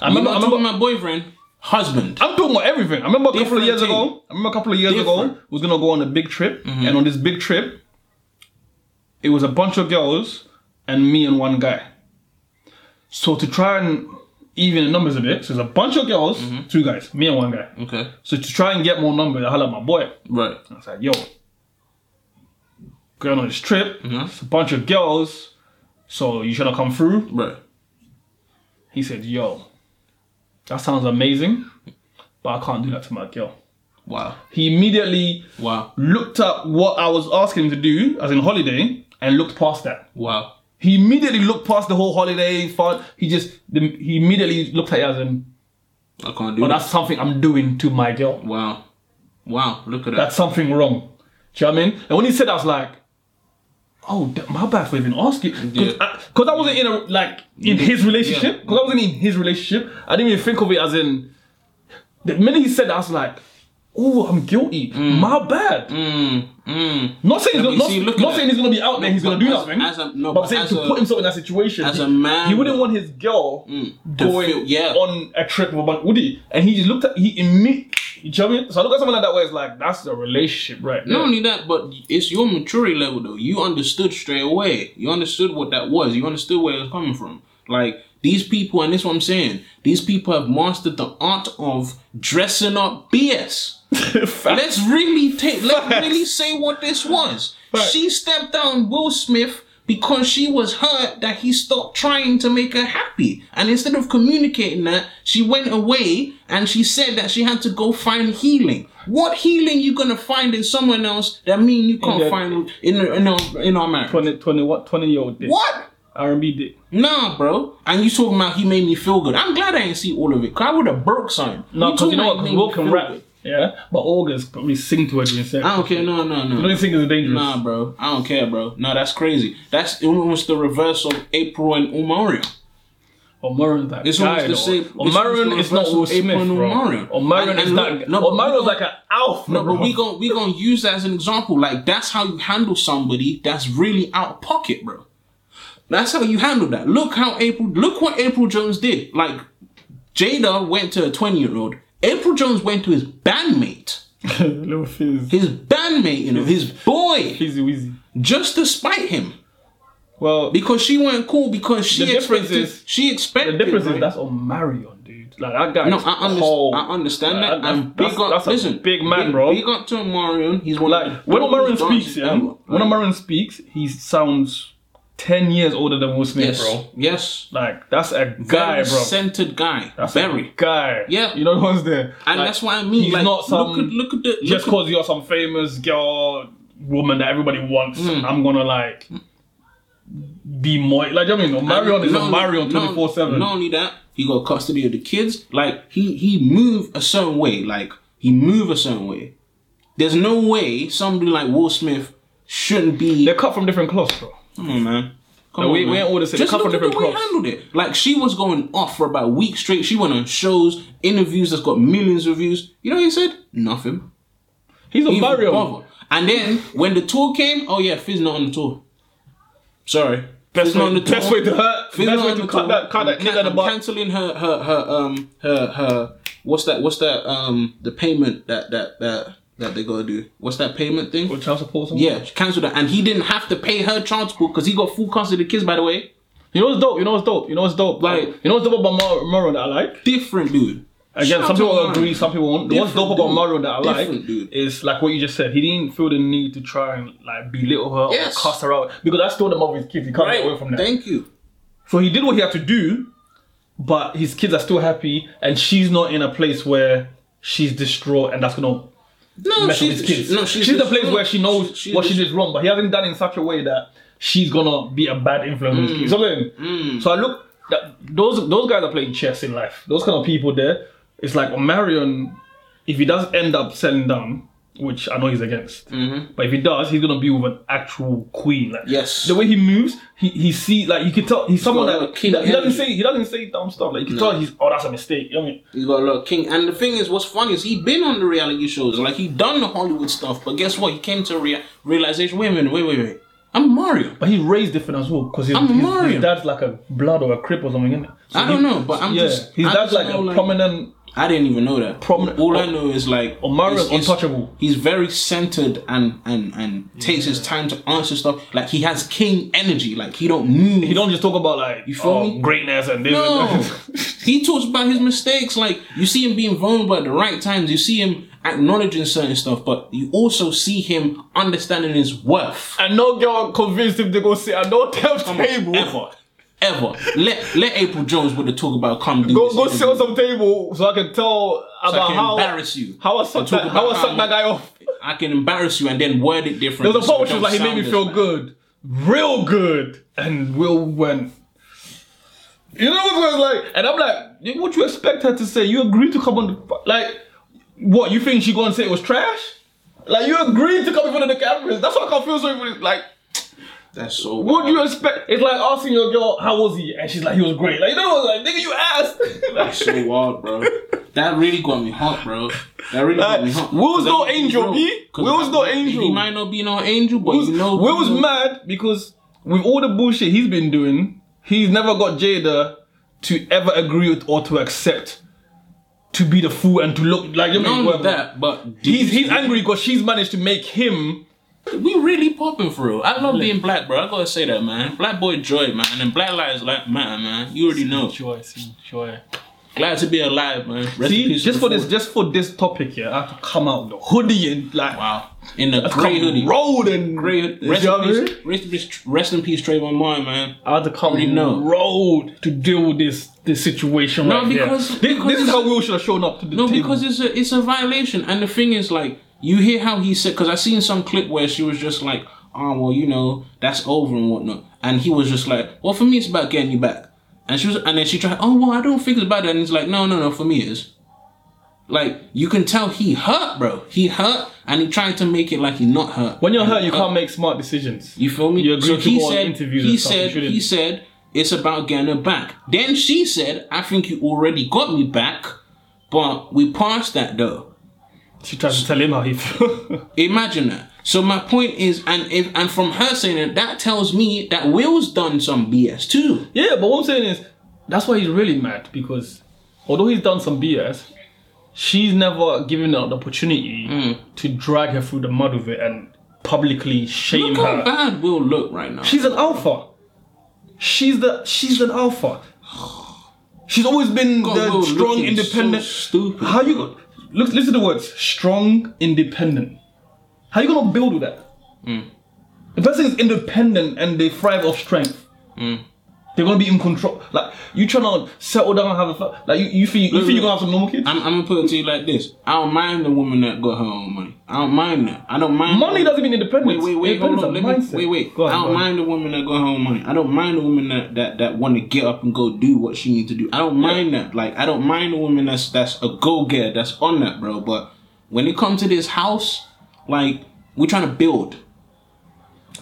Speaker 1: I
Speaker 2: I'm
Speaker 1: remember, I
Speaker 2: not
Speaker 1: remember
Speaker 2: talking my boyfriend, husband.
Speaker 1: I'm talking about everything. I remember a couple of
Speaker 2: Different
Speaker 1: years
Speaker 2: thing.
Speaker 1: ago. I remember a couple of years ago,
Speaker 2: Different. Mm-hmm.
Speaker 1: we was gonna go on a big trip, and on this big trip, it was a bunch of girls and me and one guy. So to try and even the numbers a bit, so it's a bunch of girls,
Speaker 2: Mm-hmm.
Speaker 1: two guys, me and one guy.
Speaker 2: Okay.
Speaker 1: So to try and get more numbers, I hollered at my boy.
Speaker 2: Right.
Speaker 1: I was like, yo, going on this trip,
Speaker 2: Mm-hmm.
Speaker 1: it's a bunch of girls, so you should have come through.
Speaker 2: Right.
Speaker 1: He said, yo, that sounds amazing, but I can't do that to my girl.
Speaker 2: Wow.
Speaker 1: He immediately
Speaker 2: Wow.
Speaker 1: looked up what I was asking him to do, as in holiday, and looked past that.
Speaker 2: Wow.
Speaker 1: He immediately looked past the whole holiday fun. He just, the- he immediately looked at it as in,
Speaker 2: I can't do
Speaker 1: "Oh,
Speaker 2: that.
Speaker 1: that's something I'm doing to my girl.
Speaker 2: Wow. Wow. Look at that.
Speaker 1: that's something wrong. Do you know what I mean? And when he said, that, I was like, oh, th- my bad for even asking. Because
Speaker 2: Yeah.
Speaker 1: I, 'cause I wasn't in a, like, in his relationship. Because I wasn't in his relationship. I didn't even think of it as in, the minute he said that, I was like, oh, I'm guilty. My bad.
Speaker 2: Mm, mm.
Speaker 1: Not saying, he's,
Speaker 2: Let
Speaker 1: gonna,
Speaker 2: me
Speaker 1: not,
Speaker 2: see, look at
Speaker 1: not
Speaker 2: that.
Speaker 1: saying he's gonna be out there, he's
Speaker 2: but
Speaker 1: gonna do
Speaker 2: as-
Speaker 1: nothing.
Speaker 2: as a- no,
Speaker 1: but I'm
Speaker 2: but
Speaker 1: saying
Speaker 2: as
Speaker 1: to
Speaker 2: a-
Speaker 1: put himself in that situation,
Speaker 2: as
Speaker 1: he-
Speaker 2: a man,
Speaker 1: he wouldn't
Speaker 2: though.
Speaker 1: want his girl
Speaker 2: to
Speaker 1: going
Speaker 2: feel- yeah.
Speaker 1: on a trip with a bunch, would he? And he just looked at he immediately. You know what I mean? So I look at someone like that where it's like that's a relationship, right?
Speaker 2: Not
Speaker 1: there.
Speaker 2: only that, but it's your maturity level though. You understood straight away. You understood what that was. You understood where it was coming from. Like These people, and this is what I'm saying, these people have mastered the art of dressing up BS. Let's really take. Let's really say what this was. She stepped down Will Smith because she was hurt that he stopped trying to make her happy, and instead of communicating that, she went away and she said that she had to go find healing. What healing you gonna find in someone else that mean you can't
Speaker 1: Yeah.
Speaker 2: find in in our, in our marriage?
Speaker 1: 20, 20 what? 20 year old dick.
Speaker 2: What?
Speaker 1: R&B dick.
Speaker 2: Nah, bro. And you talking about he made me feel good. I'm glad I didn't see all of it. Cause I would have broke something.
Speaker 1: No, because
Speaker 2: talking
Speaker 1: you know what?
Speaker 2: about he
Speaker 1: Because
Speaker 2: made
Speaker 1: Will
Speaker 2: me
Speaker 1: can
Speaker 2: feel
Speaker 1: rap.
Speaker 2: good.
Speaker 1: Yeah, but August probably sing to her during sex.
Speaker 2: I don't care. No, no, no.
Speaker 1: I don't think it's dangerous.
Speaker 2: Ah, Nah, bro. I don't care, bro. No, that's crazy. That's almost the reverse of April and Umaria.
Speaker 1: O'Maron's that
Speaker 2: It's
Speaker 1: guy.
Speaker 2: almost the same-
Speaker 1: though.
Speaker 2: it's
Speaker 1: O'Maron
Speaker 2: almost
Speaker 1: is not
Speaker 2: the
Speaker 1: Will
Speaker 2: reverse of
Speaker 1: Smith,
Speaker 2: Ape and
Speaker 1: bro.
Speaker 2: O'Maron.
Speaker 1: O'Maron
Speaker 2: And-
Speaker 1: is
Speaker 2: and
Speaker 1: not.
Speaker 2: look- no, but we
Speaker 1: O'Maron's
Speaker 2: gon-
Speaker 1: like an alpha.
Speaker 2: No, but
Speaker 1: bro.
Speaker 2: we gon' we gonna use that as an example. Like that's how you handle somebody that's really out of pocket, bro. That's how you handle that. Look how April. Look what April Jones did. Like Jada went to a twenty-year-old. April Jones went to his bandmate,
Speaker 1: little fizz,
Speaker 2: his bandmate, you know, his boy,
Speaker 1: fizzy wheezy.
Speaker 2: just to spite him
Speaker 1: Well,
Speaker 2: because she weren't cool because she
Speaker 1: The difference
Speaker 2: expected.
Speaker 1: is-
Speaker 2: she
Speaker 1: the
Speaker 2: expected.
Speaker 1: difference is
Speaker 2: right?
Speaker 1: that's Omarion, dude. Like that guy.
Speaker 2: No,
Speaker 1: is
Speaker 2: I, under-
Speaker 1: cold.
Speaker 2: I understand
Speaker 1: Like,
Speaker 2: that.
Speaker 1: uh, that's-
Speaker 2: And
Speaker 1: that's,
Speaker 2: big up,
Speaker 1: that's a
Speaker 2: listen,
Speaker 1: big man,
Speaker 2: big,
Speaker 1: bro.
Speaker 2: Big up to Omarion. He's one of
Speaker 1: Like
Speaker 2: the
Speaker 1: when Omarion
Speaker 2: dopest
Speaker 1: speaks,
Speaker 2: dancers
Speaker 1: yeah.
Speaker 2: ever.
Speaker 1: When Omarion speaks, he sounds ten years older than Will Smith,
Speaker 2: yes,
Speaker 1: bro.
Speaker 2: yes,
Speaker 1: Like that's a guy,
Speaker 2: very
Speaker 1: bro.
Speaker 2: centered guy,
Speaker 1: That's
Speaker 2: very.
Speaker 1: a guy.
Speaker 2: Yeah.
Speaker 1: you know the ones there.
Speaker 2: and
Speaker 1: Like,
Speaker 2: that's what I mean.
Speaker 1: he's
Speaker 2: like,
Speaker 1: not some-
Speaker 2: look at look at the
Speaker 1: just
Speaker 2: look at-
Speaker 1: because you're some famous girl woman that everybody wants,
Speaker 2: Mm.
Speaker 1: I'm gonna like be more like you know what I mean. Marion is
Speaker 2: not
Speaker 1: a
Speaker 2: only-
Speaker 1: Marion
Speaker 2: not-
Speaker 1: twenty four seven.
Speaker 2: Not only that, he got custody of the kids. Like he he moved a certain way. Like he moved a certain way. There's no way somebody like Will Smith shouldn't be.
Speaker 1: They're cut from different cloths, bro.
Speaker 2: Come on, man. Come
Speaker 1: No, we- we
Speaker 2: man.
Speaker 1: ain't all the same.
Speaker 2: Just
Speaker 1: Come from
Speaker 2: look at the
Speaker 1: different
Speaker 2: way he
Speaker 1: clubs.
Speaker 2: handled it. Like she was going off for about a week straight. She went on shows, interviews that's got millions of views. You know what he said? Nothing.
Speaker 1: He's a
Speaker 2: He didn't
Speaker 1: Marion.
Speaker 2: bother. And then when the tour came, oh yeah, Fizz not on the tour. Sorry.
Speaker 1: Best
Speaker 2: Fizz not on
Speaker 1: way,
Speaker 2: the
Speaker 1: best
Speaker 2: tour.
Speaker 1: way to hurt.
Speaker 2: Fizz
Speaker 1: best
Speaker 2: not
Speaker 1: way
Speaker 2: on
Speaker 1: to
Speaker 2: the
Speaker 1: cut
Speaker 2: tour.
Speaker 1: that, cut that
Speaker 2: I'm
Speaker 1: kid
Speaker 2: can-
Speaker 1: at the
Speaker 2: I'm
Speaker 1: butt.
Speaker 2: Canceling her, her, her, um, her, her. What's that? What's that? Um, the payment that that that that they gotta do. What's that payment thing?
Speaker 1: With child support. or something?
Speaker 2: Yeah, cancel that. And he didn't have to pay her child support because he got full custody of the kids. By the way,
Speaker 1: You know what's dope? You know what's dope? You know what's dope?
Speaker 2: Like-
Speaker 1: you know what's dope about Mar- Marion that I like?
Speaker 2: different dude.
Speaker 1: Again,
Speaker 2: Shout
Speaker 1: some
Speaker 2: out to
Speaker 1: people
Speaker 2: Omarion.
Speaker 1: agree, some people won't. What's dope
Speaker 2: Different
Speaker 1: about
Speaker 2: dude.
Speaker 1: Mario that I like
Speaker 2: Different dude.
Speaker 1: is like what you just said. He didn't feel the need to try and like belittle her
Speaker 2: Yes.
Speaker 1: or cuss her out because that's still the mother of his kids. He can't get away from that.
Speaker 2: Thank you.
Speaker 1: So he did what he had to do, but his kids are still happy, and she's not in a place where she's distraught, and that's gonna
Speaker 2: No,
Speaker 1: mess
Speaker 2: she's
Speaker 1: with his kids.
Speaker 2: no, she's,
Speaker 1: she's in a place where she knows
Speaker 2: she's
Speaker 1: what she
Speaker 2: just-
Speaker 1: did wrong, but he hasn't done it in such a way that she's gonna be a bad influence. on
Speaker 2: Mm.
Speaker 1: his kids. You know what I mean? So I look that those those guys are playing chess in life. Those kind of people there. It's like Marion, if he does end up settling down, which I know he's against, but if he does, he's gonna be with an actual queen. Like,
Speaker 2: Mm-hmm. Yes.
Speaker 1: the way he moves, he he see like you can tell he's someone
Speaker 2: got a lot
Speaker 1: that,
Speaker 2: of king
Speaker 1: that- he doesn't
Speaker 2: energy.
Speaker 1: say he doesn't say dumb stuff. Like you can tell he's oh that's a mistake. You know what I mean?
Speaker 2: You got a lot of king. And the thing is, what's funny is he been on the reality shows. Like he done the Hollywood stuff, but guess what? He came to a rea- realization. Wait a minute. Wait, wait, wait. I'm Mario.
Speaker 1: But he's raised different as well because his,
Speaker 2: I'm
Speaker 1: his,
Speaker 2: Mario.
Speaker 1: his dad's like a blood or a crip or something, is
Speaker 2: I don't know, but I'm
Speaker 1: yeah,
Speaker 2: just.
Speaker 1: his
Speaker 2: I
Speaker 1: dad's
Speaker 2: just
Speaker 1: like a
Speaker 2: know,
Speaker 1: prominent.
Speaker 2: I didn't even know that.
Speaker 1: Prominent-
Speaker 2: All I know is like
Speaker 1: Omar's
Speaker 2: it's- it's-
Speaker 1: oh, untouchable.
Speaker 2: He's very centered and and and takes his time to answer stuff. Like he has king energy. Like he don't move.
Speaker 1: He don't just talk about like you
Speaker 2: feel me?
Speaker 1: greatness and this.
Speaker 2: No,
Speaker 1: And that.
Speaker 2: Oh, he talks about his mistakes. Like you see him being vulnerable at the right times. You see him acknowledging certain stuff, but you also see him understanding his worth.
Speaker 1: And no girl convinced him to go sit at no damn table.
Speaker 2: Ever, ever. Let let April Jones with the talk about come do
Speaker 1: Go
Speaker 2: this
Speaker 1: go
Speaker 2: interview.
Speaker 1: sit on some table so I can tell about
Speaker 2: I can
Speaker 1: how
Speaker 2: embarrass you.
Speaker 1: how I sucked
Speaker 2: talk
Speaker 1: that, how I
Speaker 2: about
Speaker 1: sucked
Speaker 2: how-
Speaker 1: that guy off.
Speaker 2: I can embarrass you and then word it differently.
Speaker 1: There was a
Speaker 2: so
Speaker 1: part which
Speaker 2: it
Speaker 1: was
Speaker 2: don't
Speaker 1: like he made
Speaker 2: sound
Speaker 1: me
Speaker 2: as
Speaker 1: feel
Speaker 2: bad.
Speaker 1: good, real good, and Will went. You know what I was like, and I'm like, what you expect her to say? You agreed to come on, the, fu- like, what you think she gonna say it was trash? Like you agreed to come in front of the cameras. That's why I can't feel sorry for this. Like,
Speaker 2: That's so.
Speaker 1: what do
Speaker 2: wild.
Speaker 1: you expect? It's like asking your girl, how was he? And she's like, he was great. Like, you know, like, nigga, you asked.
Speaker 2: That's so wild, bro. That really got me hot, bro. That really got me hot.
Speaker 1: Will's
Speaker 2: That
Speaker 1: no
Speaker 2: made me
Speaker 1: angel,
Speaker 2: real.
Speaker 1: B.
Speaker 2: 'Cause
Speaker 1: Will's
Speaker 2: I-
Speaker 1: no angel.
Speaker 2: He might not be no angel, but
Speaker 1: Will's,
Speaker 2: you know,
Speaker 1: Will's
Speaker 2: you know-
Speaker 1: mad because with all the bullshit he's been doing, he's never got Jada to ever agree with or to accept to be the fool and to look like you know
Speaker 2: Not
Speaker 1: whatever.
Speaker 2: only that, but
Speaker 1: He's he's angry because she's managed to make him
Speaker 2: We really popping for real. I love being black, bro. I gotta say that, man. Black boy joy, man, and black lives like matter, man. You already know.
Speaker 3: Joy, see, joy.
Speaker 2: Glad to be alive, man. Rest in
Speaker 1: See,
Speaker 2: peace to
Speaker 1: just
Speaker 2: the
Speaker 1: for this,
Speaker 2: food.
Speaker 1: just for this topic here, I have to come out the hoodie and like
Speaker 2: Wow, in the
Speaker 1: come
Speaker 2: grey hoodie.
Speaker 1: rolled and
Speaker 2: Grey hoodie. Rest,
Speaker 1: Yeah,
Speaker 2: in peace,
Speaker 1: man.
Speaker 2: rest, in peace, rest in peace, Trayvon Martin, man.
Speaker 1: I had to come
Speaker 2: Already know.
Speaker 1: rolled to deal with this this situation.
Speaker 2: No,
Speaker 1: right here.
Speaker 2: because-
Speaker 1: This- this,
Speaker 2: because
Speaker 1: is
Speaker 2: it's-
Speaker 1: how Will should have shown up to the
Speaker 2: No,
Speaker 1: table.
Speaker 2: because it's a it's a violation. And the thing is, like, you hear how he said because I seen some clip where she was just like, "Oh, well, you know, that's over and whatnot," and he was just like, "Well, for me, it's about getting you back." And she was, and then she tried, "Oh, well, I don't think it's about that." And he's like, "No, no, no, for me, it is." Like you can tell he hurt, bro. He hurt, and he tried to make it like he not hurt.
Speaker 1: when you're
Speaker 2: And uh,
Speaker 1: hurt, you
Speaker 2: hurt.
Speaker 1: can't make smart decisions.
Speaker 2: You feel me?
Speaker 1: You agree
Speaker 2: so
Speaker 1: to
Speaker 2: he
Speaker 1: go on
Speaker 2: said,
Speaker 1: interviews
Speaker 2: he
Speaker 1: and stuff, you
Speaker 2: said,
Speaker 1: shouldn't.
Speaker 2: he said, it's about getting her back. Then she said, I think you already got me back, but we passed that though.
Speaker 1: She tries to tell him how he feels.
Speaker 2: Imagine that. So my point is, and if and from her saying it, that tells me that Will's done some BS too.
Speaker 1: Yeah, but what I'm saying is that's why he's really mad because although he's done some BS, she's never given her the opportunity
Speaker 2: Hmm.
Speaker 1: to drag her through the mud with it and publicly shame
Speaker 2: Look how
Speaker 1: her.
Speaker 2: bad Will look right now.
Speaker 1: She's an alpha. She's the she's an alpha. She's always been
Speaker 2: God,
Speaker 1: the
Speaker 2: Will
Speaker 1: strong,
Speaker 2: looking so
Speaker 1: independent.
Speaker 2: stupid.
Speaker 1: How you look? Listen to the words: strong, independent. How you gonna build with that?
Speaker 2: Mm.
Speaker 1: The person is independent and they thrive off strength.
Speaker 2: Mm.
Speaker 1: They're gonna be in control. Like you trying to settle down, and have a fa- like you, you think you think
Speaker 2: look.
Speaker 1: you're gonna have some normal kids?
Speaker 2: I'm, I'm gonna put it to you like this: I don't mind the woman that got her own money. I don't mind that. I don't mind
Speaker 1: Money doesn't mean independence.
Speaker 2: Wait, wait, wait, hold
Speaker 1: Independence
Speaker 2: on.
Speaker 1: is
Speaker 2: Let
Speaker 1: a
Speaker 2: me,
Speaker 1: mindset.
Speaker 2: wait, wait.
Speaker 1: Go on,
Speaker 2: I
Speaker 1: go
Speaker 2: don't
Speaker 1: on.
Speaker 2: mind the woman that go home money. I don't mind the woman that that, that want to get up and go do what she needs to do. I don't mind that. Like I don't mind the woman that's that's a go getter that's on that, bro. But when it comes to this house, like we're trying to build.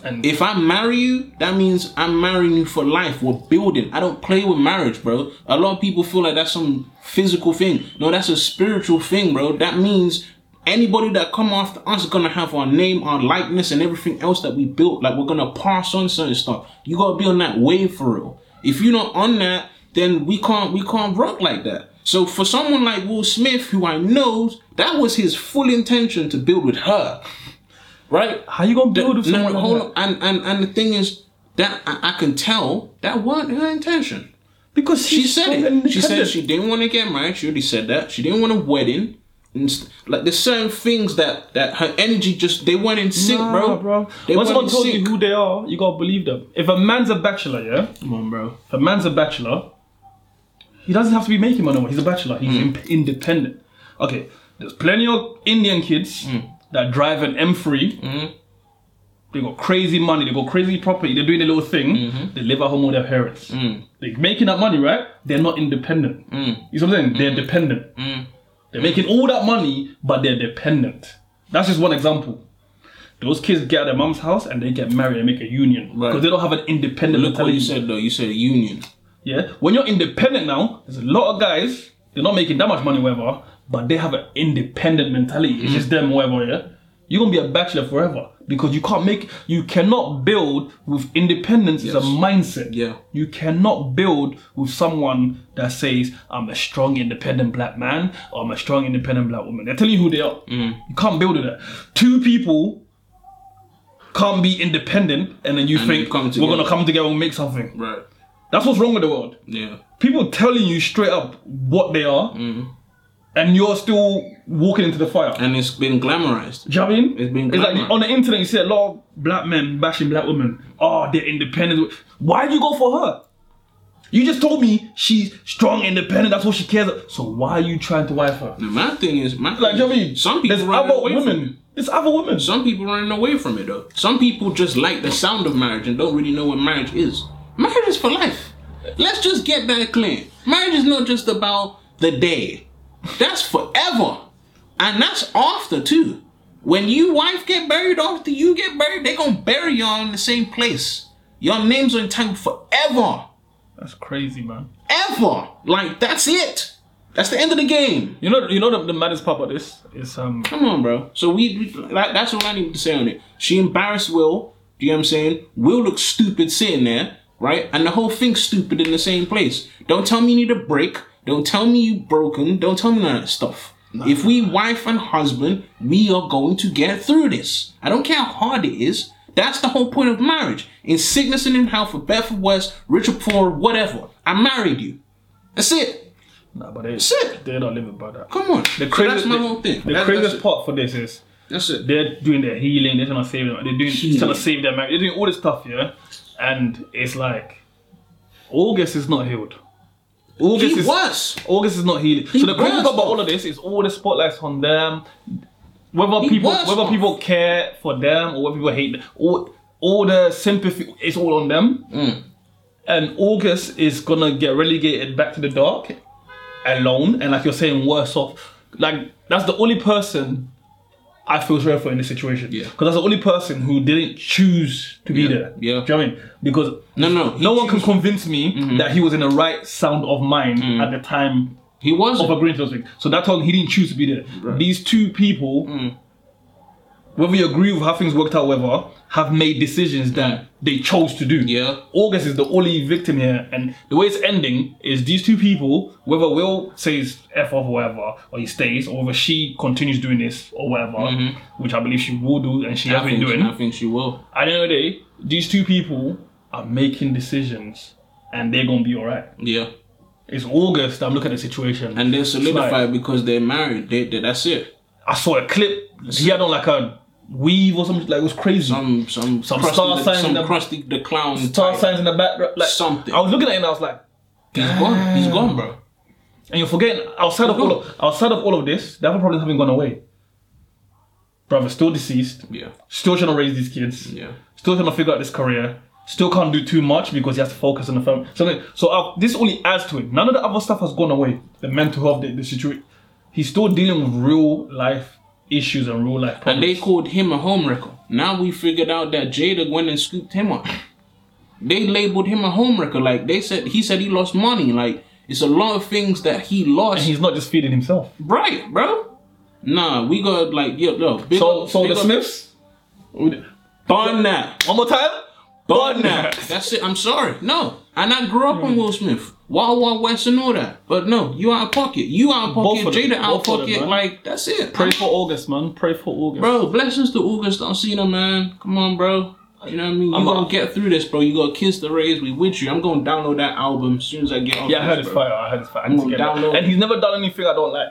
Speaker 1: And
Speaker 2: If I marry you, that means I'm marrying you for life. We're building. I don't play with marriage, bro. A lot of people feel like that's some physical thing. No, that's a spiritual thing, bro. That means anybody that come after us is gonna have our name, our likeness, and everything else that we built. Like we're gonna pass on certain stuff. You gotta be on that wave for real. If you're not on that, then we can't we can't rock like that. So for someone like Will Smith, who I know that was his full intention to build with her, right?
Speaker 1: how you gonna build with
Speaker 2: No,
Speaker 1: someone?
Speaker 2: no,
Speaker 1: like
Speaker 2: hold
Speaker 1: that?
Speaker 2: on. And, and and the thing is that I, I can tell that weren't her intention.
Speaker 1: Because
Speaker 2: She
Speaker 1: she's
Speaker 2: said
Speaker 1: strong and
Speaker 2: it. She said
Speaker 1: independent.
Speaker 2: she didn't want to get married. She already said that. She didn't want a wedding. And st- like there's certain things that that her energy just they weren't in sync,
Speaker 1: Nah,
Speaker 2: bro. They
Speaker 1: Once
Speaker 2: weren't
Speaker 1: someone
Speaker 2: in
Speaker 1: told you
Speaker 2: sync.
Speaker 1: who they are, you gotta believe them. If a man's a bachelor, yeah,
Speaker 2: Come on, bro.
Speaker 1: if a man's a bachelor, he doesn't have to be making money. He's a bachelor.
Speaker 2: Mm.
Speaker 1: He's imp- independent. Okay, there's plenty of Indian kids
Speaker 2: Mm.
Speaker 1: that drive an M3. They got crazy money. They got crazy property. They're doing their little thing.
Speaker 2: Mm-hmm.
Speaker 1: They live at home with their parents.
Speaker 2: Mm.
Speaker 1: They're making that money, right? They're not independent. You see what I'm saying? They're
Speaker 2: Mm.
Speaker 1: dependent. They're making all that money, but they're dependent. That's just one example. Those kids get out their mom's house and they get married and make a union because
Speaker 2: Right.
Speaker 1: they don't have an independent
Speaker 2: Look what
Speaker 1: mentality.
Speaker 2: you said though. You said union.
Speaker 1: Yeah. When you're independent now, there's a lot of guys, they're not making that much money, whatever, but they have an independent mentality.
Speaker 2: Mm.
Speaker 1: It's just them, whatever, yeah. You're gonna be a bachelor forever because you can't make you cannot build with independence as a mindset.
Speaker 2: Yeah.
Speaker 1: You cannot build with someone that says, I'm a strong independent black man or I'm a strong independent black woman. They're telling you who they are.
Speaker 2: Mm.
Speaker 1: You can't build with that. Two people can't be independent and then you think
Speaker 2: you come
Speaker 1: we're
Speaker 2: together."
Speaker 1: gonna come together and make something.
Speaker 2: Right.
Speaker 1: That's what's wrong with the world
Speaker 2: Yeah.
Speaker 1: people telling you straight up what they are,
Speaker 2: Mm.
Speaker 1: and you're still walking into the fire.
Speaker 2: And it's been glamorized.
Speaker 1: Do you know what I mean?
Speaker 2: It's been
Speaker 1: like
Speaker 2: glamour.
Speaker 1: on the internet, you see a lot of black men bashing black women. Oh, they're independent. Why do you go for her? You just told me she's strong, independent. That's what she cares. about. So why are you trying to wife her?
Speaker 2: Now, my thing is, my
Speaker 1: Like, do you know what I mean?
Speaker 2: Mm. some people
Speaker 1: There's
Speaker 2: running
Speaker 1: other
Speaker 2: away from it.
Speaker 1: women. There's other women.
Speaker 2: Some people running away from it though. Some people just like the sound of marriage and don't really know what marriage is. Marriage is for life. Let's just get that clear. Marriage is not just about the day. That's forever. And that's after too. When you wife get buried, after you get buried, they gonna bury y'all in the same place. Your names are entangled forever.
Speaker 1: That's crazy, man.
Speaker 2: Ever. Like that's it. That's the end of the game.
Speaker 1: You know, you know the, the maddest part about this is um.
Speaker 2: Come on, bro. So we, we that, that's all I need to say on it. She embarrassed Will. Do you know what I'm saying? Will looks stupid sitting there, right? And the whole thing's stupid in the same place. Don't tell me you need a break. Don't tell me you broken. Don't tell me none of that stuff. If we wife and husband, we are going to get through this. I don't care how hard it is. That's the whole point of marriage. In sickness and in health, for better, for worse, rich or poor, whatever. I married you. That's it.
Speaker 1: Nah, but they,
Speaker 2: Shit.
Speaker 1: they're not living by that.
Speaker 2: Come on.
Speaker 1: The
Speaker 2: So
Speaker 1: craziest,
Speaker 2: that's my
Speaker 1: the-
Speaker 2: whole thing.
Speaker 1: The
Speaker 2: That-
Speaker 1: craziest
Speaker 2: that's it.
Speaker 1: part for this is
Speaker 2: That's it.
Speaker 1: they're doing their healing. They're trying to save them. They're doing
Speaker 2: Healing.
Speaker 1: trying to save their marriage. They're doing all this stuff, yeah. And it's like August is not healed. August
Speaker 2: He
Speaker 1: is
Speaker 2: was.
Speaker 1: August is not healing. so the crazy
Speaker 2: was,
Speaker 1: thing about
Speaker 2: bro.
Speaker 1: all of this is all the spotlights on them. Whether
Speaker 2: He
Speaker 1: people
Speaker 2: was,
Speaker 1: whether
Speaker 2: bro.
Speaker 1: people care for them or whether people hate them, all all the sympathy is all on them.
Speaker 2: Mm.
Speaker 1: And August is gonna get relegated back to the dark alone and like you're saying worse off. Like that's the only person I feel sorry for in this situation.
Speaker 2: Yeah.
Speaker 1: Because that's the only person who didn't choose to be
Speaker 2: Yeah,
Speaker 1: there.
Speaker 2: yeah.
Speaker 1: Do you know what I mean? Because
Speaker 2: No, no.
Speaker 1: no one can convince me
Speaker 2: Mm-hmm.
Speaker 1: that he was in the right sound of mind
Speaker 2: Mm.
Speaker 1: at the time
Speaker 2: He was.
Speaker 1: of a brain transfer. So that time he didn't choose to be there. These two people,
Speaker 2: Mm.
Speaker 1: whether you agree with how things worked out, whether have made decisions that they chose to do.
Speaker 2: Yeah.
Speaker 1: August is the only victim here, and the way it's ending is these two people, whether Will says f off or whatever, or he stays, or whether she continues doing this or whatever, which I believe she will do and she has
Speaker 2: Mm-hmm. I
Speaker 1: been
Speaker 2: think,
Speaker 1: doing.
Speaker 2: I think she will.
Speaker 1: At the end of the day, these two people are making decisions and they're gonna be alright.
Speaker 2: Yeah.
Speaker 1: It's August, I'm looking at the situation.
Speaker 2: And they're
Speaker 1: It's
Speaker 2: solidified
Speaker 1: like,
Speaker 2: because they're married. They, they, that's it.
Speaker 1: I saw a clip, he had on like a weave or something, like it was crazy.
Speaker 2: Some some
Speaker 1: Some
Speaker 2: crusty
Speaker 1: star
Speaker 2: the,
Speaker 1: sign
Speaker 2: some
Speaker 1: in the-
Speaker 2: crusty the clown.
Speaker 1: Star
Speaker 2: type.
Speaker 1: signs in the background, like
Speaker 2: Something.
Speaker 1: I was looking at it and I was like,
Speaker 2: He's gone. He's
Speaker 1: Ah.
Speaker 2: gone, bro.
Speaker 1: and you're forgetting outside of all of, outside of all of this, the other problems haven't gone away. Brother's still deceased,
Speaker 2: Yeah.
Speaker 1: still trying to raise these kids.
Speaker 2: Yeah.
Speaker 1: still trying to figure out this career. Still can't do too much because he has to focus on the family. So, like, so uh, this only adds to it. None of the other stuff has gone away. The mental health, the, the situation. He's still dealing with real life issues and real life
Speaker 2: And
Speaker 1: problems.
Speaker 2: they called him a homewrecker. Now we figured out that Jada went and scooped him up. They labeled him a homewrecker. Like they said, he said he lost money. Like it's a lot of things that he lost.
Speaker 1: He's not just feeding himself.
Speaker 2: right, bro. Nah, we got like yo, yo. Big
Speaker 1: So,
Speaker 2: up-
Speaker 1: so
Speaker 2: big
Speaker 1: the
Speaker 2: up-
Speaker 1: Smiths. One
Speaker 2: Burn that.
Speaker 1: more time.
Speaker 2: But nah, that's it. I'm sorry. No, and I grew up on Will Smith, Wild Wild West, and all that. But no, you out of pocket. You out of
Speaker 1: Both
Speaker 2: pocket.
Speaker 1: of them.
Speaker 2: Jada out of
Speaker 1: Both of them,
Speaker 2: pocket.
Speaker 1: man.
Speaker 2: like that's it.
Speaker 1: Pray for August, man. Pray for August.
Speaker 2: bro, blessings to August Alcina, man. Come on, bro. You know what I mean? You
Speaker 1: I'm
Speaker 2: gonna
Speaker 1: a-
Speaker 2: get through this, bro. You gonna kiss the rays. We with you. I'm gonna download that album as soon as I get off.
Speaker 1: Yeah, I heard
Speaker 2: this,
Speaker 1: his
Speaker 2: bro.
Speaker 1: fire. I heard his fire. I need to
Speaker 2: gonna
Speaker 1: get that.
Speaker 2: download
Speaker 1: And he's never done anything I don't like.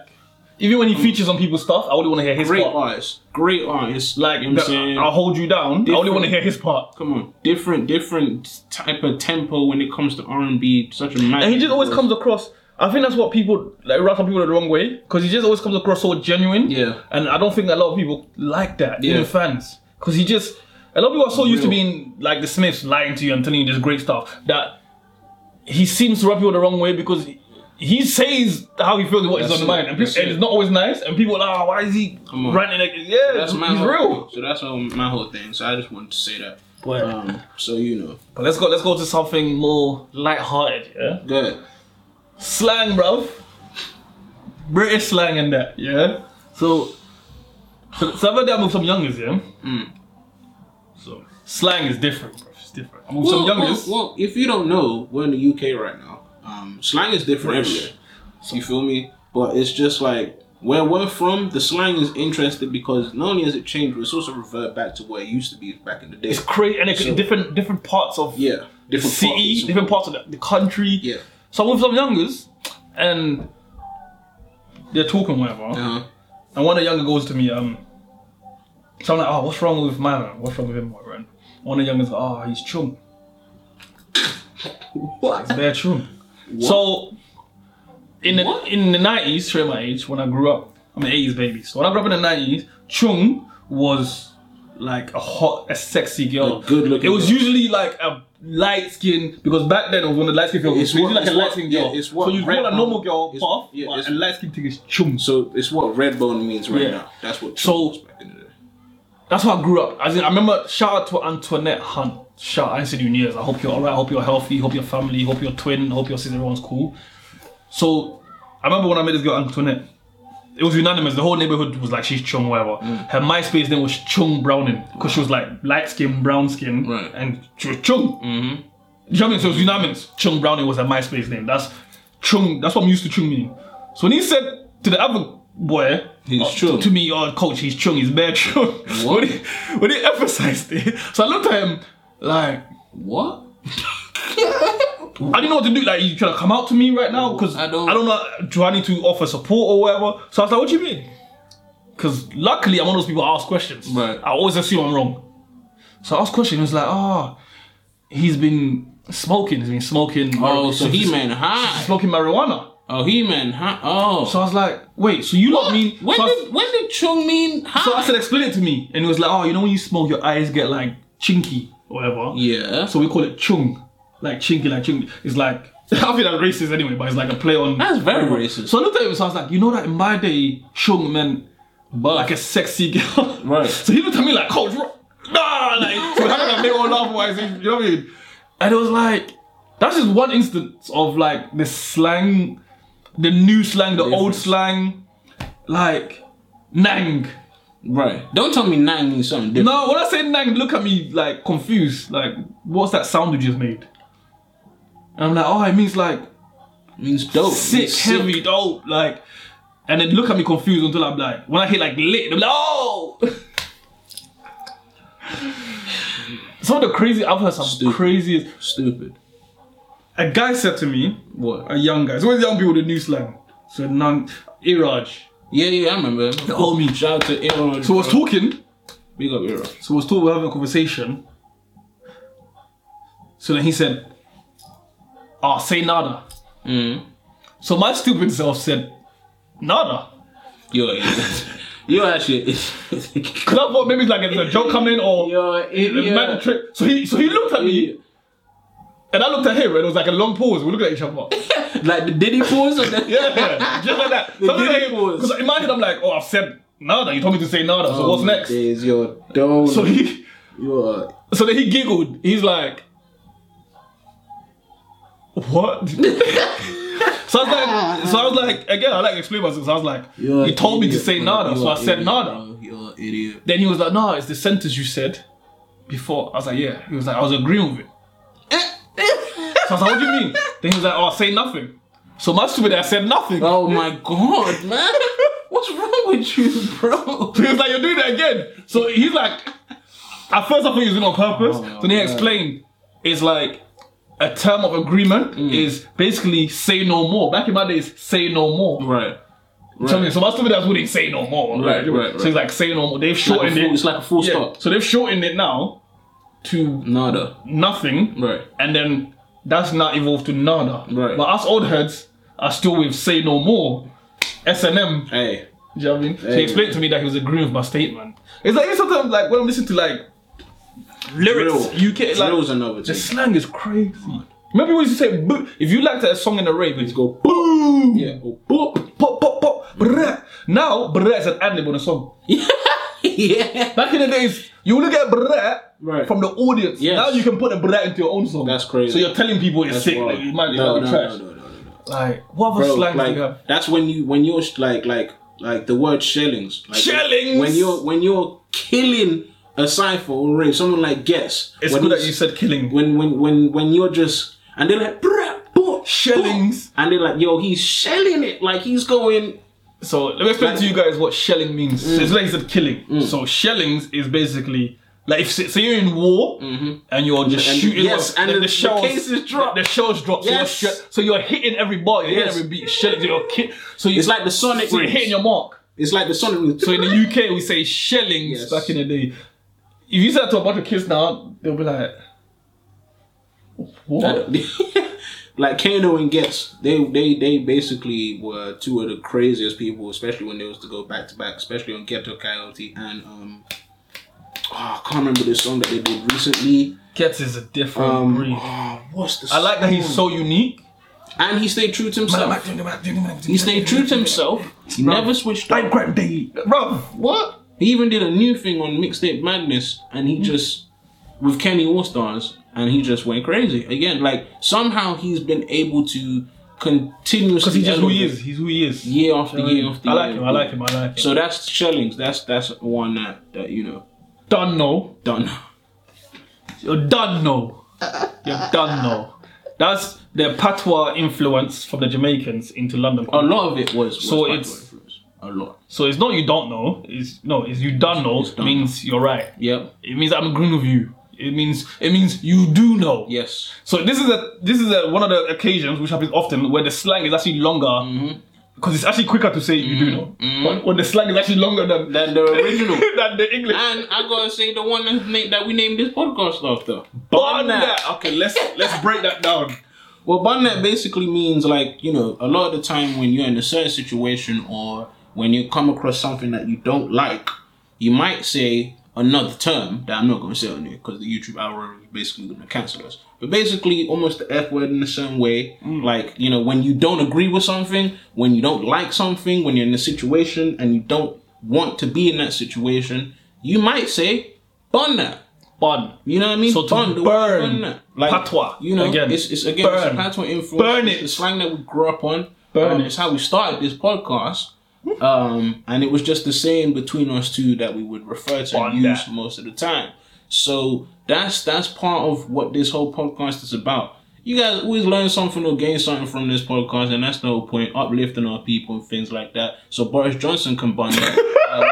Speaker 1: Even when he features on people's stuff, I only want to hear his
Speaker 2: Great
Speaker 1: part.
Speaker 2: artist. Great artist.
Speaker 1: Like,
Speaker 2: you know what
Speaker 1: the-
Speaker 2: I'm saying?
Speaker 1: I'll hold you down. I only
Speaker 2: Different.
Speaker 1: want to hear his part.
Speaker 2: Come on, different, different type of tempo when it comes to R and B. Such a magic.
Speaker 1: And he just always
Speaker 2: bro.
Speaker 1: comes across. I think that's what people like rub some people the wrong way because he just always comes across so genuine.
Speaker 2: Yeah.
Speaker 1: And I don't think a lot of people like that, even
Speaker 2: Yeah.
Speaker 1: fans, because he just a lot of people are so used to
Speaker 2: Real.
Speaker 1: being like the Smiths lying to you and telling you this great stuff that he seems to rub people the wrong way because. he- He says how he feels, and what is
Speaker 2: That's
Speaker 1: on his
Speaker 2: it.
Speaker 1: mind, and, people,
Speaker 2: That's
Speaker 1: and
Speaker 2: it.
Speaker 1: it's not always nice. And people are like, oh, "Why is he
Speaker 2: on.
Speaker 1: running?" Like, yeah,
Speaker 2: That's my
Speaker 1: he's
Speaker 2: whole
Speaker 1: real.
Speaker 2: Thing. So that's all my whole thing. So I just wanted to say that.
Speaker 1: But,
Speaker 2: Um, so you know,
Speaker 1: but let's go. Let's go to something more light-hearted. Yeah,
Speaker 2: good.
Speaker 1: slang, bro. British slang and that, yeah. So, so so I've had that with some youngers, yeah. So slang is different, bro. It's different. I'm with some youngers.
Speaker 2: Well, well, if you don't know, we're in the UK right now. Um, slang is different everywhere. You feel me? But it's just like where we're from, the slang is interesting because not only has it changed, but it's also revert back to what it used to be back in the day.
Speaker 1: It's crazy, and it,
Speaker 2: So-
Speaker 1: different different parts of
Speaker 2: Yeah,
Speaker 1: the
Speaker 2: different
Speaker 1: city,
Speaker 2: pockets.
Speaker 1: different parts of the, the country.
Speaker 2: E. Yeah.
Speaker 1: So I'm with some youngers, and they're talking whatever,
Speaker 2: Uh-huh.
Speaker 1: and one of the younger goes to me, um, so I'm like, oh, what's wrong with my man? What's wrong with him, my friend? One of the youngers, oh, he's chum.
Speaker 2: What?
Speaker 1: They're true. So, in the
Speaker 2: What?
Speaker 1: in the nineties, straight my age, when I grew up, I'm an eighties baby. So when I grew up in the nineties, Chung was
Speaker 2: uh,
Speaker 1: like a hot, a sexy girl,
Speaker 2: A good-looking
Speaker 1: It was
Speaker 2: girl.
Speaker 1: usually like a light skin because back then it was when the light skin girl was
Speaker 2: It's what-
Speaker 1: usually like
Speaker 2: it's
Speaker 1: a light
Speaker 2: what-
Speaker 1: skin
Speaker 2: yeah,
Speaker 1: girl.
Speaker 2: it's what
Speaker 1: so you
Speaker 2: red
Speaker 1: call a
Speaker 2: bone-
Speaker 1: normal girl
Speaker 2: it's-
Speaker 1: puff,
Speaker 2: yeah,
Speaker 1: but
Speaker 2: it's-
Speaker 1: a light skin thing is Chung. So
Speaker 2: So it's what red bone means right
Speaker 1: Yeah.
Speaker 2: now. That's what.
Speaker 1: So-
Speaker 2: was back in the day.
Speaker 1: that's how I grew up. As in, I remember shout out to Antoinette Hunt. Shout, I ain't seen you in years. I hope you're alright. Hope you're healthy. Hope your family. Hope your twin. Hope your sister. Everyone's cool. So I remember when I met this girl Antoinette. It was unanimous. The whole neighborhood was like she's Chung whatever.
Speaker 2: Mm.
Speaker 1: Her MySpace name was Chung Browning because she was like light skin, brown skin,
Speaker 2: Right.
Speaker 1: and she was Chung. Mm-hmm. Do you know what I mean? So it was unanimous. Chung Browning was her MySpace name. That's Chung. That's what I'm used to Chung meaning. So when he said to the other boy.
Speaker 2: He's
Speaker 1: uh,
Speaker 2: chung.
Speaker 1: To, to me, oh, coach, he's chung. He's bad chung. when, he, when he emphasized it, so I looked at him like
Speaker 2: What?
Speaker 1: I didn't know what to do. Like, you trying to come out to me right now? Because
Speaker 2: I
Speaker 1: I
Speaker 2: don't-
Speaker 1: don't, know. Do I need to offer support or whatever? So I was like, what do you mean? Because luckily, I'm one of those people who ask questions.
Speaker 2: Right.
Speaker 1: I always assume I'm wrong. So I asked questions. It was like, ah, he's been smoking. He's been smoking.
Speaker 2: Oh,
Speaker 1: marijuana-
Speaker 2: so he man high.
Speaker 1: smoking marijuana.
Speaker 2: Oh, he man high. Oh.
Speaker 1: So I was like, wait, so you not mean?
Speaker 2: when
Speaker 1: so I-
Speaker 2: did when did Chung mean high?
Speaker 1: so I said, explain it to me. And it was like, oh, you know when you smoke, your eyes get like chinky or whatever.
Speaker 2: yeah.
Speaker 1: So we call it chung. Like chinky, like chinky. It's like, I think that's racist anyway, but it's like a play on.
Speaker 2: That's very racist.
Speaker 1: So I looked at him, so I was like, you know that in my day, chung meant
Speaker 2: but
Speaker 1: like a sexy girl.
Speaker 2: Right.
Speaker 1: So he looked at me like, coach, bro, nah, like, so how can I make one laugh wise? You know what I mean? And it was like, that's just one instance of like the slang, the new slang, the old
Speaker 2: Difference.
Speaker 1: slang, like, nang.
Speaker 2: right. Don't tell me nine means something different.
Speaker 1: No, when I say nang, look at me like confused. Like, what's that sound you just made? And I'm like, oh, it means like
Speaker 2: It means dope. It
Speaker 1: sick,
Speaker 2: means
Speaker 1: heavy, dope, like. And then look at me confused until I'm like, when I hit like lit, I'm like, oh. some of the crazy, I've heard some
Speaker 2: Stupid.
Speaker 1: craziest.
Speaker 2: Stupid.
Speaker 1: A guy said to me,
Speaker 2: What?
Speaker 1: a young guy. It's always young people with the new slang. So nang, Iraj.
Speaker 2: Yeah, yeah, I remember.
Speaker 1: Call me. So
Speaker 2: Shout out to Aaron.
Speaker 1: I was talking.
Speaker 2: Big up Aaron.
Speaker 1: So we're still we're having a conversation. So then he said, Ah, say nada.
Speaker 2: Mm.
Speaker 1: So my stupid self said, Nada.
Speaker 2: Yo, yo, actually,
Speaker 1: Cause I thought maybe like it's a joke coming or
Speaker 2: yo,
Speaker 1: a man
Speaker 2: idiot.
Speaker 1: trick. So he so he looked at me and I looked at him and it was like a long pause. We looked at each other.
Speaker 2: Like the Diddy pause or the
Speaker 1: Yeah. just like that. So I looked at
Speaker 2: Diddy
Speaker 1: him,
Speaker 2: pause. Oh
Speaker 1: Cause in my head I'm like, oh I've said nada, you told me to say nada, so what's next?
Speaker 2: Is your dome.
Speaker 1: So he
Speaker 2: your
Speaker 1: so then he giggled. He's like What? So I was like, so I was like, again, I like to explain myself. So I was like,
Speaker 2: You're
Speaker 1: he told me to
Speaker 2: idiot,
Speaker 1: say
Speaker 2: bro.
Speaker 1: nada, so
Speaker 2: You're
Speaker 1: I said
Speaker 2: idiot,
Speaker 1: nada.
Speaker 2: bro. You're an idiot.
Speaker 1: Then he was like, no, it's the sentence you said before. I was like, yeah. He was like, I was agreeing with it. so I was like, what do you mean? Then he was like, oh, say nothing. So my stupid ass said nothing.
Speaker 2: Oh my god, man. What's wrong with you, bro?
Speaker 1: He was like, you're doing it again. So he's like, at first I thought he was doing it on purpose.
Speaker 2: Oh,
Speaker 1: so then he
Speaker 2: yeah.
Speaker 1: explained, it's like a term of agreement
Speaker 2: Mm.
Speaker 1: is basically say no more. Back in my days, say no more.
Speaker 2: Right.
Speaker 1: So I mean, so my stupid ass wouldn't say no more.
Speaker 2: Right, right, right.
Speaker 1: So he's like, say no more. They've
Speaker 2: Like a
Speaker 1: shortened
Speaker 2: full-
Speaker 1: it.
Speaker 2: it's like a full
Speaker 1: Yeah.
Speaker 2: stop.
Speaker 1: So they've shortened it now to
Speaker 2: Nada.
Speaker 1: nothing.
Speaker 2: Right.
Speaker 1: and then that's not evolved to nada.
Speaker 2: Right.
Speaker 1: But us old heads are still with say no more, S and M.
Speaker 2: Hey.
Speaker 1: Do you know what I mean? So he explained to me that he was agreeing with my statement. It's like sometimes like when I'm listening to like lyrics,
Speaker 2: Drill.
Speaker 1: UK like
Speaker 2: Drill's another
Speaker 1: the
Speaker 2: thing.
Speaker 1: slang is crazy. Remember when you say boo? If you liked a song in the rave, you just go boom,
Speaker 2: Yeah. Oh,
Speaker 1: pop, pop, pop, pop, brrr. Now brrr is an ad lib on a song.
Speaker 2: yeah.
Speaker 1: Back in the days, you look at brrr
Speaker 2: Right.
Speaker 1: from the audience.
Speaker 2: Yes.
Speaker 1: Now you can put a brrr into your own song.
Speaker 2: That's crazy.
Speaker 1: So you're telling people it's sick.
Speaker 2: Wow.
Speaker 1: Like, it might, it
Speaker 2: no,
Speaker 1: might be
Speaker 2: no,
Speaker 1: trash.
Speaker 2: no, no, no, no.
Speaker 1: Like, what other
Speaker 2: Bro,
Speaker 1: slang do you have?
Speaker 2: like that's when you when you're sh- like like like the word shellings. Like,
Speaker 1: Shellings!
Speaker 2: When you're when you're killing a cipher or rave, someone like guess.
Speaker 1: It's
Speaker 2: when
Speaker 1: good that you said killing.
Speaker 2: when when when when you're just and they're like bruh, boop,
Speaker 1: Shellings.
Speaker 2: boop. and they're like yo he's shelling it like he's going
Speaker 1: so let me explain
Speaker 2: Like-
Speaker 1: to you guys what shelling means. So it's
Speaker 2: Mm.
Speaker 1: like you said killing. So shellings is basically like if so you're in war and you're just
Speaker 2: Mm-hmm. And-
Speaker 1: shooting.
Speaker 2: yes,
Speaker 1: off-
Speaker 2: and
Speaker 1: then
Speaker 2: the- the cases drop.
Speaker 1: The, the shells drop.
Speaker 2: Yes.
Speaker 1: So, you're she- so you're hitting every bar. You're
Speaker 2: Yes.
Speaker 1: hitting every beat. Shellings. You're ki- so you,
Speaker 2: it's like the sonic
Speaker 1: so you're hitting your mark.
Speaker 2: it's like the sonic
Speaker 1: So in the UK, we say shellings
Speaker 2: Yes.
Speaker 1: back in the day. If you said that to a bunch of kids now, they'll be like, "What?"
Speaker 2: like Kano and Gets, they they they basically were two of the craziest people, especially when they was to go back to back, especially on Ghetto Coyote and um, oh, I can't remember the song that they did recently.
Speaker 1: Gets is a different
Speaker 2: Um,
Speaker 1: breed.
Speaker 2: oh, what's the?
Speaker 1: I like that he's so unique.
Speaker 2: and he stayed true to himself. He stayed true to himself. He never switched up.
Speaker 1: Bankrupt day, bro.
Speaker 2: What? He even did a new thing on Mixtape Madness, and he just with Kenny All Stars, and he just went crazy again. Like somehow he's been able to continuously
Speaker 1: Because he's just who he
Speaker 2: elevate
Speaker 1: is. He's who he is.
Speaker 2: year after year after
Speaker 1: I
Speaker 2: year.
Speaker 1: like him. I like him. I like him.
Speaker 2: So that's Shellings. That's that's one that, that you know
Speaker 1: done no.
Speaker 2: done.
Speaker 1: You're done no. You're done no. That's the patois influence from the Jamaicans into London.
Speaker 2: A lot of it was, was
Speaker 1: So
Speaker 2: Patois
Speaker 1: it's-
Speaker 2: influence. a lot.
Speaker 1: So it's not you don't know. It's no. It's you don't know.
Speaker 2: don't
Speaker 1: means you're right.
Speaker 2: Yep.
Speaker 1: It means I'm agreeing with you. It means it means you do know.
Speaker 2: Yes.
Speaker 1: So this is a this is a, one of the occasions which happens often where the slang is actually longer because it's actually quicker to say you do know. When, when the slang is actually longer than
Speaker 2: Than the original.
Speaker 1: than the English.
Speaker 2: And I gotta say the one that, na- that we named this podcast after.
Speaker 1: Bonnet. Okay, let's let's break that down.
Speaker 2: Well, bonnet basically means like you know a lot of the time when you're in a certain situation or when you come across something that you don't like, you might say another term that I'm not going to say on here because the YouTube algorithm is basically going to cancel us. But basically, almost the F word in the same way. Like you know when you don't agree with something, when you don't like something, when you're in a situation and you don't want to be in that situation, you might say bonnet.
Speaker 1: Bon.
Speaker 2: You know what I mean?
Speaker 1: So to
Speaker 2: the
Speaker 1: burn.
Speaker 2: word Like,
Speaker 1: Patois.
Speaker 2: You know,
Speaker 1: Again.
Speaker 2: it's, it's again,
Speaker 1: Burn.
Speaker 2: it's a patois influence.
Speaker 1: Burn
Speaker 2: It's
Speaker 1: it.
Speaker 2: the slang that we grew up on.
Speaker 1: Burn
Speaker 2: Um,
Speaker 1: it.
Speaker 2: It's how we started this podcast. Um, and it was just the same between us two that we would refer to
Speaker 1: Burn
Speaker 2: and use
Speaker 1: that.
Speaker 2: most of the time. So that's that's part of what this whole podcast is about. You guys always learn something or gain something from this podcast, and that's the whole point. Uplifting our people and things like that. So Boris Johnson can bun that. um,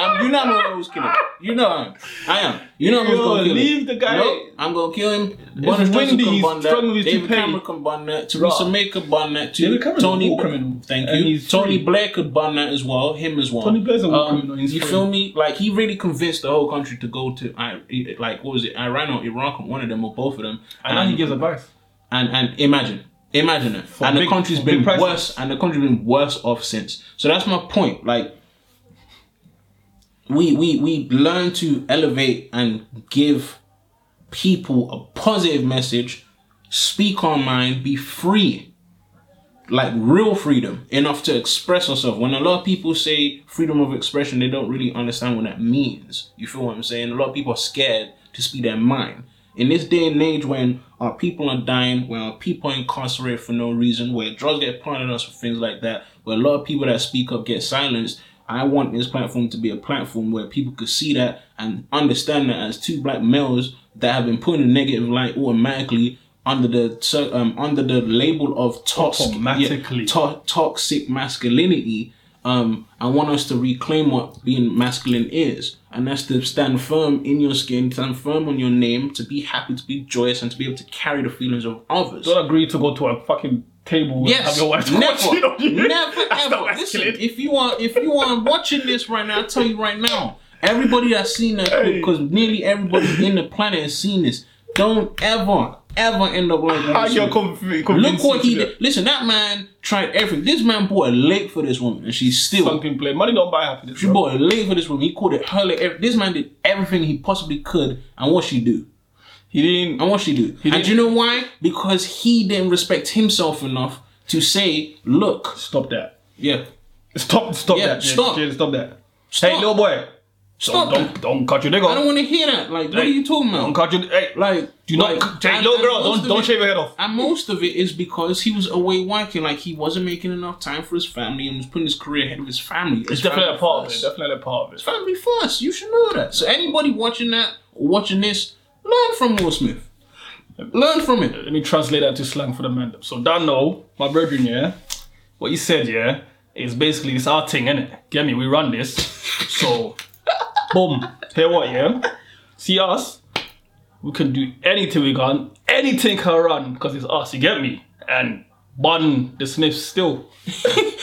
Speaker 2: I'm- you know I'm always killing. You know I am. I am. You know I'm
Speaker 1: Yo,
Speaker 2: gonna kill him.
Speaker 1: leave the guy.
Speaker 2: Nope, I'm gonna kill him. Boris Johnson
Speaker 1: windy,
Speaker 2: can
Speaker 1: he's
Speaker 2: bun
Speaker 1: struggling
Speaker 2: that.
Speaker 1: with
Speaker 2: David
Speaker 1: toupee.
Speaker 2: Cameron can bun that. Theresa
Speaker 1: Bruh.
Speaker 2: May could bun that too.
Speaker 1: David Cameron's a
Speaker 2: Tony,
Speaker 1: war criminal.
Speaker 2: thank
Speaker 1: And
Speaker 2: you.
Speaker 1: he's
Speaker 2: Tony
Speaker 1: free.
Speaker 2: Blair could bun that as well. Him as well. Um,
Speaker 1: Tony Blair's a war criminal, he's
Speaker 2: You
Speaker 1: free.
Speaker 2: feel me? Like he really convinced the whole country to go to I like what was it? Iran or Iraq? One of them or both of them.
Speaker 1: And now he gives advice.
Speaker 2: and and imagine imagine it and
Speaker 1: big-
Speaker 2: the country's
Speaker 1: for
Speaker 2: been
Speaker 1: big prices.
Speaker 2: worse and the country's been worse off since so that's my point like we we we learn to elevate and give people a positive message speak our mind be free like real freedom enough to express yourself when a lot of people say freedom of expression they don't really understand what that means you feel what i'm saying a lot of people are scared to speak their mind in this day and age when our people are dying when our people are incarcerated for no reason where drugs get planted on us for things like that where a lot of people that speak up get silenced I want this platform to be a platform where people could see that and understand that as two black males that have been put in a negative light automatically under the so- um, under the label of toxic
Speaker 1: Automatically.
Speaker 2: to- toxic masculinity. Um, I want us to reclaim what being masculine is, and that's to stand firm in your skin, stand firm on your name, to be happy, to be joyous, and to be able to carry the feelings of others.
Speaker 1: Don't agree to go to a fucking table and have
Speaker 2: Yes,
Speaker 1: your wife watching on you.
Speaker 2: never, never,
Speaker 1: That's
Speaker 2: ever.
Speaker 1: not
Speaker 2: Listen,
Speaker 1: masculine.
Speaker 2: if you are if you are watching this right now, I tell you right now, everybody that's seen that
Speaker 1: Hey.
Speaker 2: because nearly everybody in the planet has seen this. Don't ever, ever end up like
Speaker 1: How
Speaker 2: this.
Speaker 1: you're conv-
Speaker 2: Look
Speaker 1: convinced
Speaker 2: what
Speaker 1: you
Speaker 2: he
Speaker 1: to
Speaker 2: did. Listen, that man tried everything. This man bought a lake for this woman, and she's still.
Speaker 1: Something play. Money don't buy happiness.
Speaker 2: She
Speaker 1: bro.
Speaker 2: bought a lake for this woman. He called it her lake. Every- This man did everything he possibly could, and what she do?
Speaker 1: He didn't.
Speaker 2: And what she do? and
Speaker 1: didn't-
Speaker 2: do you know why? Because he didn't respect himself enough to say, "Look,
Speaker 1: Stop that.
Speaker 2: yeah,
Speaker 1: Stop. Stop
Speaker 2: Yeah,
Speaker 1: that. Jay.
Speaker 2: stop.
Speaker 1: Jay, stop that.
Speaker 2: Stop.
Speaker 1: Hey, little boy.
Speaker 2: Stop
Speaker 1: Don't
Speaker 2: that.
Speaker 1: don't cut your dick
Speaker 2: I don't
Speaker 1: off.
Speaker 2: want to hear that. Like, what
Speaker 1: Hey,
Speaker 2: are you talking about?
Speaker 1: Don't cut your. Hey,
Speaker 2: like,
Speaker 1: do not.
Speaker 2: like,
Speaker 1: Jay,
Speaker 2: and-
Speaker 1: little
Speaker 2: and
Speaker 1: girl,
Speaker 2: most
Speaker 1: don't
Speaker 2: of
Speaker 1: don't
Speaker 2: it-
Speaker 1: shave your head off.
Speaker 2: And most of it is because he was away working. Like, he wasn't making enough time for his family and was putting his career ahead of his family.
Speaker 1: It's definitely a part of it. Definitely a part of it.
Speaker 2: Family first. You should know that. So anybody watching that, or watching this, learn from Will Smith. Learn from it.
Speaker 1: Let me translate that to slang for the man. them. So Dano, my brethren, yeah, what you said, yeah, is basically it's our thing, innit? Get me? We run this. So, boom. Tell you what, yeah. See us. We can do anything we can. Anything can run because it's us. You get me? And bun the Smiths still.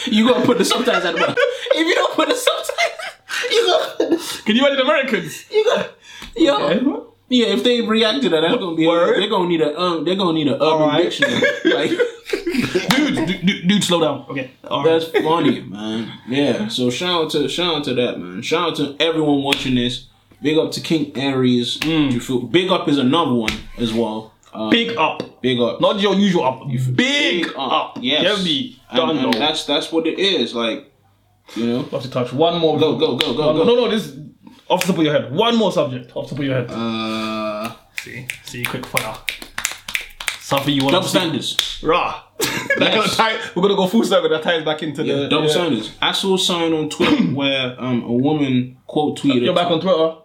Speaker 2: You gotta put the subtitles at the bottom. If you don't put the subtitles, you gotta,
Speaker 1: Can you imagine Americans? Eh?
Speaker 2: you gotta, yo.
Speaker 1: Yeah.
Speaker 2: Yeah, if they react to that, that's gonna be
Speaker 1: Word.
Speaker 2: they're gonna need a um, they're gonna need an urban
Speaker 1: Alright.
Speaker 2: dictionary. Like
Speaker 1: Dude, dude, dude, dude, slow down. Okay. All right.
Speaker 2: that's funny, man. Yeah. So shout out to shout out to that man. Shout out to everyone watching this. Big up to King Aries.
Speaker 1: Mm.
Speaker 2: You feel big up is another one as well. Uh,
Speaker 1: Big up.
Speaker 2: big up.
Speaker 1: Not your usual up. Mm. Big up.
Speaker 2: Yes.
Speaker 1: Get me?
Speaker 2: And, and
Speaker 1: Dano.
Speaker 2: that's that's what it is. Like you know.
Speaker 1: Love to touch one more.
Speaker 2: Go, go, go, go,
Speaker 1: One more-
Speaker 2: go.
Speaker 1: No, no, this off the top of your head. One more subject off the top of your head.
Speaker 2: Uh,
Speaker 1: see, see, quick fire. Something you want
Speaker 2: double
Speaker 1: to
Speaker 2: standards.
Speaker 1: Rah. That
Speaker 2: Yes.
Speaker 1: kinda tie- we're gonna go full circle. That ties back into the
Speaker 2: Double
Speaker 1: yeah.
Speaker 2: standards. I saw something on Twitter where um, a woman quote tweeted.
Speaker 1: You're back on Twitter.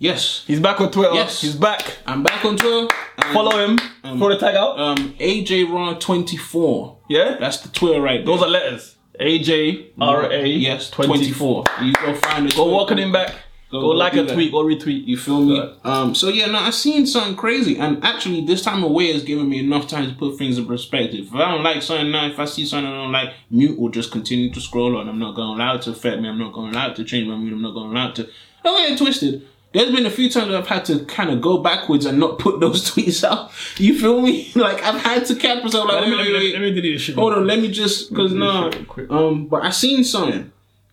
Speaker 2: Yes,
Speaker 1: He's back on Twitter.
Speaker 2: Yes.
Speaker 1: He's back.
Speaker 2: I'm back on Twitter. And,
Speaker 1: Follow him. Throw the tag out.
Speaker 2: Um, AJ Ron twenty four.
Speaker 1: yeah.
Speaker 2: That's the Twitter right. there.
Speaker 1: Those are letters. AJ RA
Speaker 2: yes, 24. You go find it.
Speaker 1: Go walking him back. Go,
Speaker 2: Go- go
Speaker 1: like
Speaker 2: do
Speaker 1: a
Speaker 2: that.
Speaker 1: tweet. Go retweet.
Speaker 2: You feel me? Um, so yeah, no, I seen something crazy, and actually, this time away has given me enough time to put things in perspective. If I don't like something now, if I see something I don't like, mute or just continue to scroll on. I'm not going to allow it to affect me. I'm not going to allow it to change my mood. I'm not going to allow it to. Don't get it twisted. There's been a few times I've had to kind of go backwards and not put those tweets out. You feel me? Like I've had to cap myself. Like,
Speaker 1: Let me,
Speaker 2: wait,
Speaker 1: let me-
Speaker 2: wait, wait.
Speaker 1: let me delete this shit.
Speaker 2: Hold on, let me just because no,
Speaker 1: Real quick.
Speaker 2: um, but I seen something,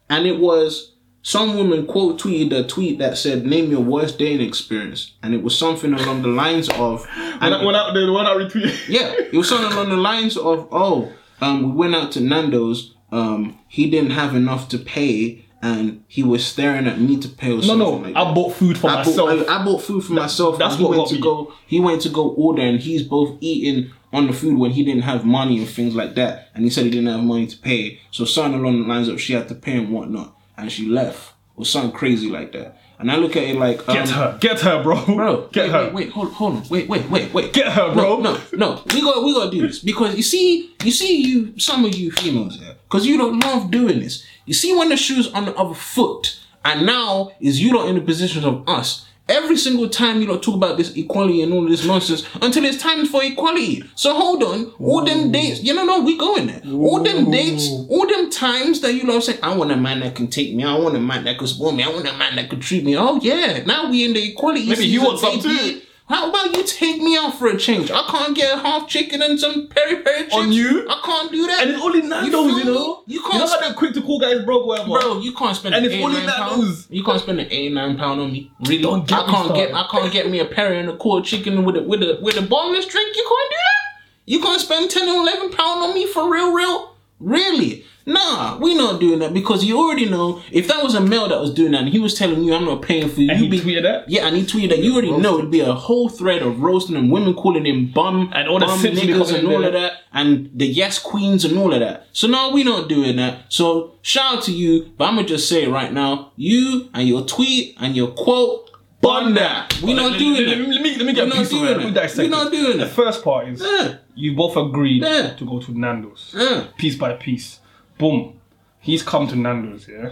Speaker 2: and it was some woman quote tweeted a tweet that said, "Name your worst dating experience," and it was something along the lines of,
Speaker 1: And
Speaker 2: and
Speaker 1: that one out there, the one I retweeted.
Speaker 2: yeah, it was something along the lines of, "Oh, um, we went out to Nando's, um, he didn't have enough to pay." And he was staring at me to pay or
Speaker 1: No,
Speaker 2: something
Speaker 1: no.
Speaker 2: like that.
Speaker 1: I bought food for
Speaker 2: I bought-
Speaker 1: myself.
Speaker 2: I, I bought food for myself.
Speaker 1: that's
Speaker 2: and he
Speaker 1: what
Speaker 2: went
Speaker 1: got
Speaker 2: to
Speaker 1: me.
Speaker 2: go. He went to go order, and he's both eating on the food when he didn't have money and things like that. And he said he didn't have money to pay. So something along the lines of she had to pay and whatnot, and she left or something crazy like that. And I look at it like, um,
Speaker 1: Get her. Get her, bro.
Speaker 2: bro,
Speaker 1: Get
Speaker 2: wait,
Speaker 1: her.
Speaker 2: wait, wait, hold, hold on, wait, wait, wait, wait,
Speaker 1: Get her, bro.
Speaker 2: No, no, no, we got, we got to do this because you see, you see, you some of you females, because you don't love doing this. You see, when the shoe's on the other foot, and now is you lot in the positions of us. Every single time you don't talk about this equality and all this nonsense until it's time for equality. So hold on, all them dates, you know, no, we going there. All them dates, all them times that you know, say, I want a man that can take me, I want a man that can support me, I want a man that can treat me. Oh yeah, now we in the equality.
Speaker 1: Maybe he
Speaker 2: season,
Speaker 1: wants some
Speaker 2: baby.
Speaker 1: too.
Speaker 2: How about you take me out for a change? I can't get half chicken and some peri peri chips.
Speaker 1: On you?
Speaker 2: I can't do that.
Speaker 1: And it's only Nando's, you,
Speaker 2: feel
Speaker 1: know?
Speaker 2: me? You
Speaker 1: You know
Speaker 2: can't
Speaker 1: how they're quick to call guys broke, whatever.
Speaker 2: Bro, you can't spend
Speaker 1: And
Speaker 2: an
Speaker 1: it's only
Speaker 2: 89 pound.
Speaker 1: Nando's.
Speaker 2: You can't spend an 89 pound on me. Really?
Speaker 1: Don't get
Speaker 2: I
Speaker 1: me
Speaker 2: can't get I
Speaker 1: started.
Speaker 2: can't get me a peri and a quarter chicken with a with a with a boneless drink. You can't do that? You can't spend 10 and 11 pound on me for real real? Really? Nah, we not doing that because you already know if that was a male that was doing that and he was telling you I'm not paying for you,
Speaker 1: And
Speaker 2: you'd
Speaker 1: he
Speaker 2: be
Speaker 1: tweeted that.
Speaker 2: yeah, and he tweeted that you already know it'd be a whole thread of roasting and women calling him bum
Speaker 1: And all the
Speaker 2: bum
Speaker 1: simply
Speaker 2: niggas
Speaker 1: calling
Speaker 2: and
Speaker 1: him
Speaker 2: all of
Speaker 1: that.
Speaker 2: that and the yes queens and all of that. So now we not doing that. So shout out to you, but I'ma just say it right now, you and your tweet and your quote, bun that. We
Speaker 1: Let-
Speaker 2: not
Speaker 1: let-
Speaker 2: doing
Speaker 1: let- Let,
Speaker 2: that.
Speaker 1: me- let me get
Speaker 2: We're
Speaker 1: a
Speaker 2: not
Speaker 1: piece of
Speaker 2: doing
Speaker 1: it.
Speaker 2: it.
Speaker 1: Let me
Speaker 2: We're
Speaker 1: dissect
Speaker 2: not
Speaker 1: it.
Speaker 2: doing
Speaker 1: The
Speaker 2: it.
Speaker 1: first part is
Speaker 2: Yeah.
Speaker 1: you both agreed
Speaker 2: Yeah.
Speaker 1: to go to Nando's
Speaker 2: Yeah.
Speaker 1: piece by piece. Boom. He's come to Nando's, yeah?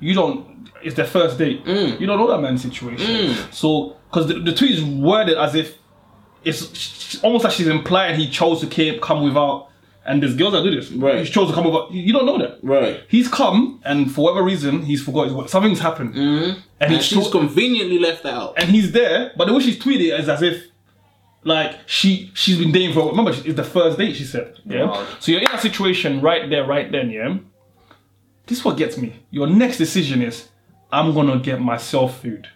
Speaker 1: You don't, it's their first date.
Speaker 2: Mm.
Speaker 1: You don't know that man's situation. So, because the, the tweet is worded as if it's sh- almost like she's implying he chose to keep, come without. And there's girls that do this.
Speaker 2: Right.
Speaker 1: He chose to come without. You you don't know that.
Speaker 2: Right.
Speaker 1: He's come, and for whatever reason, he's forgot his, something's happened. And,
Speaker 2: Mm. And
Speaker 1: he's
Speaker 2: she's
Speaker 1: he's
Speaker 2: conveniently left that out.
Speaker 1: and he's there, but the way she's tweeted is as if like she she's been dating for remember it's the first date she said yeah
Speaker 2: Wow.
Speaker 1: so you're in that situation right there right then yeah this is what gets me your next decision is i'm gonna get myself food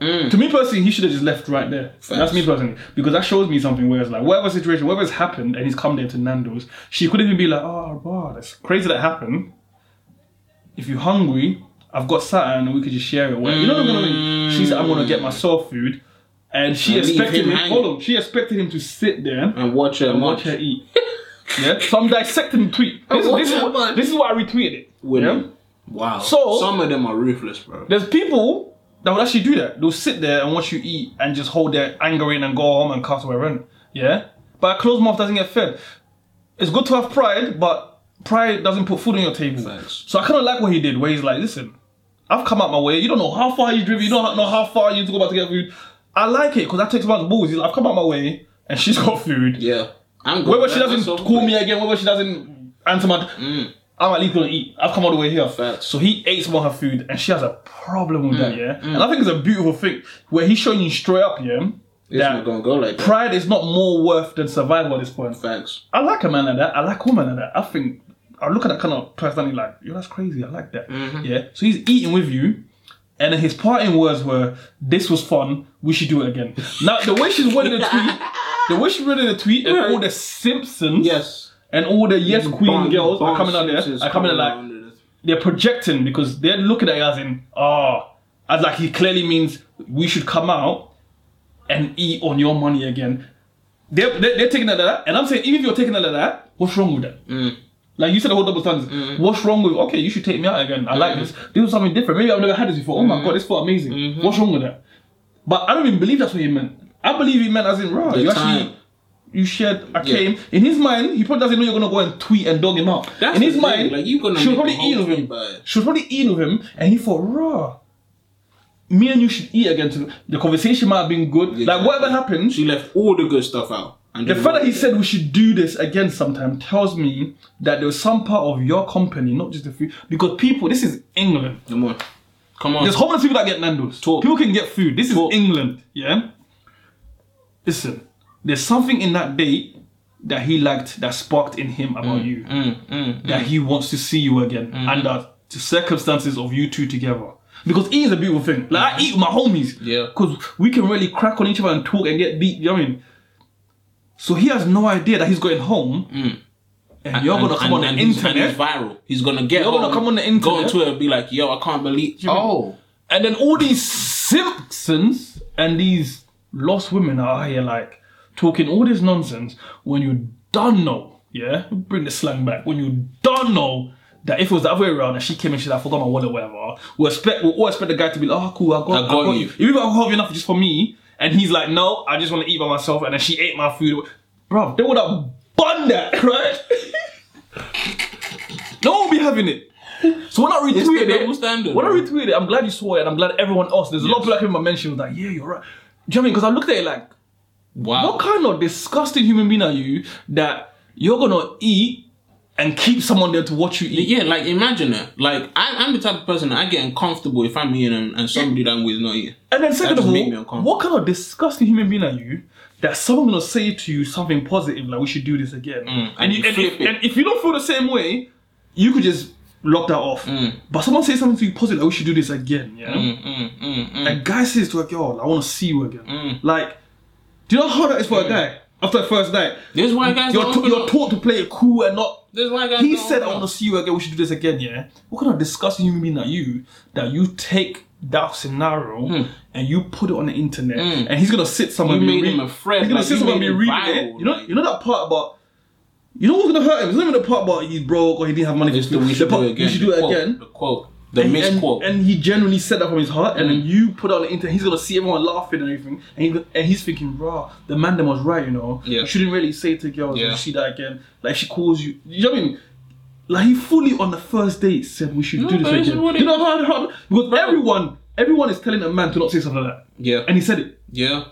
Speaker 1: to me personally he should have just left right there that's me personally because that shows me something where it's like whatever situation whatever's happened and he's come there to nando's she could even be like oh wow that's crazy that happened if you're hungry i've got something and we could just share it Well, you know what i'm gonna mean she said i'm gonna get myself food and she
Speaker 2: And leave
Speaker 1: expected
Speaker 2: him
Speaker 1: him.
Speaker 2: hanging.
Speaker 1: hold on. She expected him to sit there
Speaker 2: And watch her
Speaker 1: and watch
Speaker 2: munch.
Speaker 1: her eat. yeah. So I'm dissecting the tweet. This,
Speaker 2: watch
Speaker 1: this, is,
Speaker 2: her
Speaker 1: what,
Speaker 2: munch.
Speaker 1: this is why I retweeted. it.
Speaker 2: Women.
Speaker 1: Yeah?
Speaker 2: Wow.
Speaker 1: So-
Speaker 2: some of them are ruthless, bro.
Speaker 1: There's people that would actually do that. They'll sit there and watch you eat and just hold their anger in and go home and cast away rent. Yeah. But a closed mouth doesn't get fed. It's good to have pride, but pride doesn't put food on your table.
Speaker 2: Facts.
Speaker 1: So I kind of like what he did, where he's like, listen, I've come out my way. You don't know how far you driven. You don't know how far you took about to get food. I like it because that takes about balls. He's like, I've come out my way and she's got food.
Speaker 2: Yeah. I'm
Speaker 1: Whether
Speaker 2: glad
Speaker 1: she
Speaker 2: that's
Speaker 1: doesn't
Speaker 2: so
Speaker 1: call
Speaker 2: good.
Speaker 1: me again, whether she doesn't answer my. I'm at least gonna eat. I've come all the way here.
Speaker 2: Facts. Mm.
Speaker 1: So he ate some of her food and she has a problem with that, yeah? And I think it's a beautiful thing where he's showing you straight up, yeah?
Speaker 2: It's
Speaker 1: that
Speaker 2: not gonna go like that.
Speaker 1: pride is not more worth than survival at this point.
Speaker 2: Facts.
Speaker 1: I like a man like that. I like a woman like that. I think I look at that kind of personality like, yo, that's crazy. I like that.
Speaker 2: Mm-hmm.
Speaker 1: Yeah. So he's eating with you, and then his parting words were, "This was fun. We should do it again." Now the way she's worded the tweet, the way she worded the tweet, and all the Simpsons
Speaker 2: Yes. Mm-hmm.
Speaker 1: and all the Yes Queen
Speaker 2: Bond-
Speaker 1: girls
Speaker 2: Bond
Speaker 1: are coming out
Speaker 2: Simpsons
Speaker 1: there. Are coming out
Speaker 2: out
Speaker 1: like
Speaker 2: under this.
Speaker 1: they're projecting because they're looking at it as in, ah, as like he clearly means we should come out and eat on your money again. They're, they're, they're taking it like that, and I'm saying, even if you're taking it like that, what's wrong with that?
Speaker 2: Mm.
Speaker 1: Like you said, the whole double standards.
Speaker 2: Mm-hmm.
Speaker 1: What's wrong with? Okay, you should take me out again. I like this. This was something different. Maybe I've never had this before. Oh
Speaker 2: Mm-hmm.
Speaker 1: my god, this felt amazing. What's wrong with that? But I don't even believe that's what he meant. I believe he meant as in, raw.
Speaker 2: The
Speaker 1: You
Speaker 2: time.
Speaker 1: actually You shared a
Speaker 2: Yeah.
Speaker 1: came. In his mind, he probably doesn't know you're gonna go and tweet and dog him out.
Speaker 2: That's
Speaker 1: In his
Speaker 2: the thing,
Speaker 1: mind,
Speaker 2: like, you gonna
Speaker 1: she was probably
Speaker 2: make the whole
Speaker 1: eating with
Speaker 2: thing
Speaker 1: him.
Speaker 2: bad.
Speaker 1: She was probably eating with him, and he thought, raw. Me and you should eat again. To the conversation might have been good. Like
Speaker 2: Exactly.
Speaker 1: whatever happened,
Speaker 2: She left all the good stuff out. And
Speaker 1: the
Speaker 2: then
Speaker 1: fact that he
Speaker 2: what-
Speaker 1: said we should do this again sometime tells me that there was some part of your company, not just the food, because people. This is England.
Speaker 2: Come on. Come on.
Speaker 1: There's homeless people that get Nando's.
Speaker 2: Talk.
Speaker 1: People can get food. This
Speaker 2: Talk.
Speaker 1: is England, yeah? Listen, there's something in that date that he liked that sparked in him about you.
Speaker 2: Mm, mm, mm.
Speaker 1: That he wants to see you again. And that the circumstances of you two together. Because eat is a beautiful thing. Like, I eat with my homies.
Speaker 2: Yeah.
Speaker 1: Because we can really crack on each other and talk and get deep. You know what I mean? So he has no idea that he's going home. And, you're going to come on the
Speaker 2: he's- Mm. and
Speaker 1: internet.
Speaker 2: he's viral. He's gonna get.
Speaker 1: You're gonna
Speaker 2: home,
Speaker 1: come on the
Speaker 2: Go on
Speaker 1: internet.
Speaker 2: Twitter and be like, "Yo, I can't believe." Oh,
Speaker 1: And then all these Simpsons and these lost women are out here like talking all this nonsense when you don't know, yeah? Bring the slang back. When you don't know that if it was the other way around and she came and she's like, I forgot my wallet, whatever, we expect we all expect the guy to be like, oh cool, I got,
Speaker 2: I got you.
Speaker 1: you. Even if I have enough just for me, and he's like, no, I just want to eat by myself, and then she ate my food. Bro, they would have bun that, right? no one would be having it. So when I retweeted
Speaker 2: the
Speaker 1: it,
Speaker 2: double standard,
Speaker 1: when I
Speaker 2: bro.
Speaker 1: retweeted it, I'm glad you saw it, and I'm glad everyone else. There's a lot of black people I mentioned was like, yeah, you're right. Do you know what I mean? Because I looked at it like,
Speaker 2: wow.
Speaker 1: what kind of disgusting human being are you that you're gonna eat and keep someone there to watch you eat?
Speaker 2: Yeah, like imagine that. Like I, I'm the type of person that I get uncomfortable if I'm eating and, and somebody that I'm with is not eating.
Speaker 1: And then second
Speaker 2: just
Speaker 1: of
Speaker 2: make me
Speaker 1: all,
Speaker 2: uncomfortable.
Speaker 1: what kind of disgusting human being are you that someone gonna say to you something positive like we should do this again? and,
Speaker 2: Mm, and
Speaker 1: you,
Speaker 2: you
Speaker 1: and,
Speaker 2: flip
Speaker 1: if,
Speaker 2: it.
Speaker 1: and if you don't feel the same way, you could just lock that off. But someone says something to you positive, like we should do this again. Yeah.
Speaker 2: Mm, mm, mm, mm.
Speaker 1: A guy says to a girl, I wanna see you again.
Speaker 2: Mm.
Speaker 1: Like, do you know how that is for a guy? After the first night,
Speaker 2: This is why guys
Speaker 1: you're,
Speaker 2: don't
Speaker 1: t-
Speaker 2: open
Speaker 1: you're
Speaker 2: up.
Speaker 1: taught to play it cool and not
Speaker 2: This is why guys
Speaker 1: he
Speaker 2: don't
Speaker 1: said, "I
Speaker 2: open
Speaker 1: want to
Speaker 2: up.
Speaker 1: see you again. We should do this again." Yeah. What kind of disgusting human being are you that you take that scenario and you put it on the internet, and he's gonna sit somewhere.
Speaker 2: Hmm.
Speaker 1: and
Speaker 2: You
Speaker 1: be
Speaker 2: made
Speaker 1: read-
Speaker 2: him a friend,
Speaker 1: He's gonna
Speaker 2: like,
Speaker 1: sit
Speaker 2: you
Speaker 1: somewhere and
Speaker 2: made
Speaker 1: be
Speaker 2: him
Speaker 1: reading
Speaker 2: viral,
Speaker 1: it. You know,
Speaker 2: like-
Speaker 1: you know that part about. You know what's gonna hurt him? It's not even the part about he's broke or he didn't have money.
Speaker 2: It's
Speaker 1: for
Speaker 2: the we
Speaker 1: food.
Speaker 2: should
Speaker 1: The part-
Speaker 2: do it again.
Speaker 1: You should do
Speaker 2: the
Speaker 1: it
Speaker 2: quote,
Speaker 1: again.
Speaker 2: The quote. The
Speaker 1: And- and,
Speaker 2: misquote.
Speaker 1: and he genuinely said that from his heart, and then you put it on the internet. He's gonna see everyone laughing and everything, and, he, and he's thinking, "Raw, the man them was right, you know.
Speaker 2: Yeah.
Speaker 1: You shouldn't really say to girls,
Speaker 2: Yeah.
Speaker 1: you see that again. Like she calls you, you know what I mean? Like he fully on the first date said we should do
Speaker 2: but this
Speaker 1: this
Speaker 2: is
Speaker 1: again.
Speaker 2: what
Speaker 1: You
Speaker 2: it-
Speaker 1: know how, how because everyone, everyone is telling a man to not say something like that,
Speaker 2: yeah.
Speaker 1: and he said it,
Speaker 2: yeah.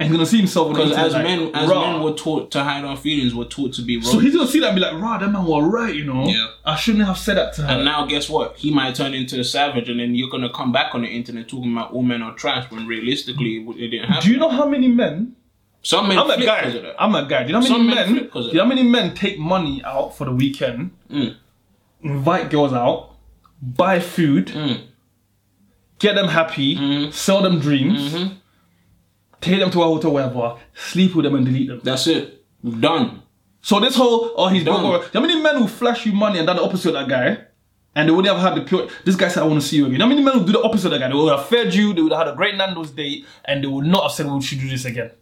Speaker 1: and he's gonna see himself on the
Speaker 2: Because
Speaker 1: internet
Speaker 2: as
Speaker 1: like,
Speaker 2: men, as
Speaker 1: "Rah."
Speaker 2: men, we're taught to hide our feelings. We're taught to be wrong.
Speaker 1: So he's gonna see that and be like, "Raw, that man was right, you know.
Speaker 2: Yeah.
Speaker 1: I shouldn't have said that to her."
Speaker 2: And now, guess what? He might turn into a savage, and then you're gonna come back on the internet talking about all men are trash when realistically it didn't happen.
Speaker 1: do you know how many men
Speaker 2: Some men
Speaker 1: I'm a
Speaker 2: flip
Speaker 1: guy.
Speaker 2: 'cause of that.
Speaker 1: I'm a guy. Do you know how
Speaker 2: Some
Speaker 1: many
Speaker 2: men
Speaker 1: men?
Speaker 2: flip 'cause of
Speaker 1: Do you know how many men take money out for the weekend,
Speaker 2: Mm.
Speaker 1: invite girls out, buy food,
Speaker 2: Mm.
Speaker 1: get them happy,
Speaker 2: Mm-hmm.
Speaker 1: sell them dreams, take them to a hotel, wherever, sleep with them and delete them.
Speaker 2: That's it. We've done.
Speaker 1: So this whole oh he's broke.
Speaker 2: Done.
Speaker 1: or- Do you know how many men will flash you money and done the opposite of that guy? And they would have had the pure. This guy said, "I want to see you again." How many men would do the opposite of that guy? They would have fed you. They would have had a great Nando's date, and they would not have said, "We should do this again."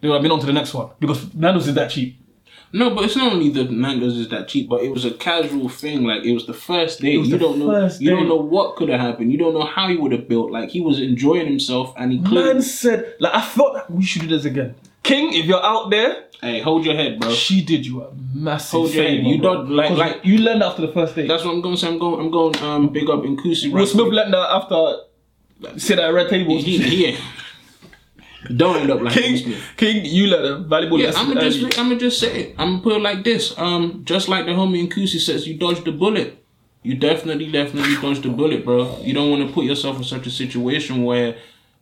Speaker 1: They would have been on to the next one because Nando's is that cheap.
Speaker 2: No, but it's not only the Nando's is that cheap, but it was a casual thing. Like it was the first day.
Speaker 1: was
Speaker 2: You
Speaker 1: the
Speaker 2: don't know.
Speaker 1: first
Speaker 2: You
Speaker 1: date.
Speaker 2: don't know what could have happened. You don't know how he would have built. Like he was enjoying himself, and he
Speaker 1: Man
Speaker 2: clearly.
Speaker 1: said, like, I felt that we should do this again. King, if you're out there,
Speaker 2: Hey, hold your head, bro.
Speaker 1: she did you a massive
Speaker 2: Hold your
Speaker 1: favor.
Speaker 2: head. You
Speaker 1: bro.
Speaker 2: don't- like-
Speaker 1: 'Cause
Speaker 2: like-
Speaker 1: you learned after the first date.
Speaker 2: That's what I'm going to say. I'm going. I'm going. Um, big up Nkusi.
Speaker 1: Will
Speaker 2: Right
Speaker 1: Smith learned that after said at red table.
Speaker 2: He, he, yeah. Don't end up like Will
Speaker 1: King,
Speaker 2: Smith.
Speaker 1: King, you learned a valuable
Speaker 2: Yeah,
Speaker 1: lesson
Speaker 2: I'm gonna
Speaker 1: early.
Speaker 2: just I'm gonna just say it. I'm gonna put it like this. Um, just like the homie in Kusi says, you dodged the bullet. You definitely, definitely dodged the bullet, bro. You don't want to put yourself in such a situation where,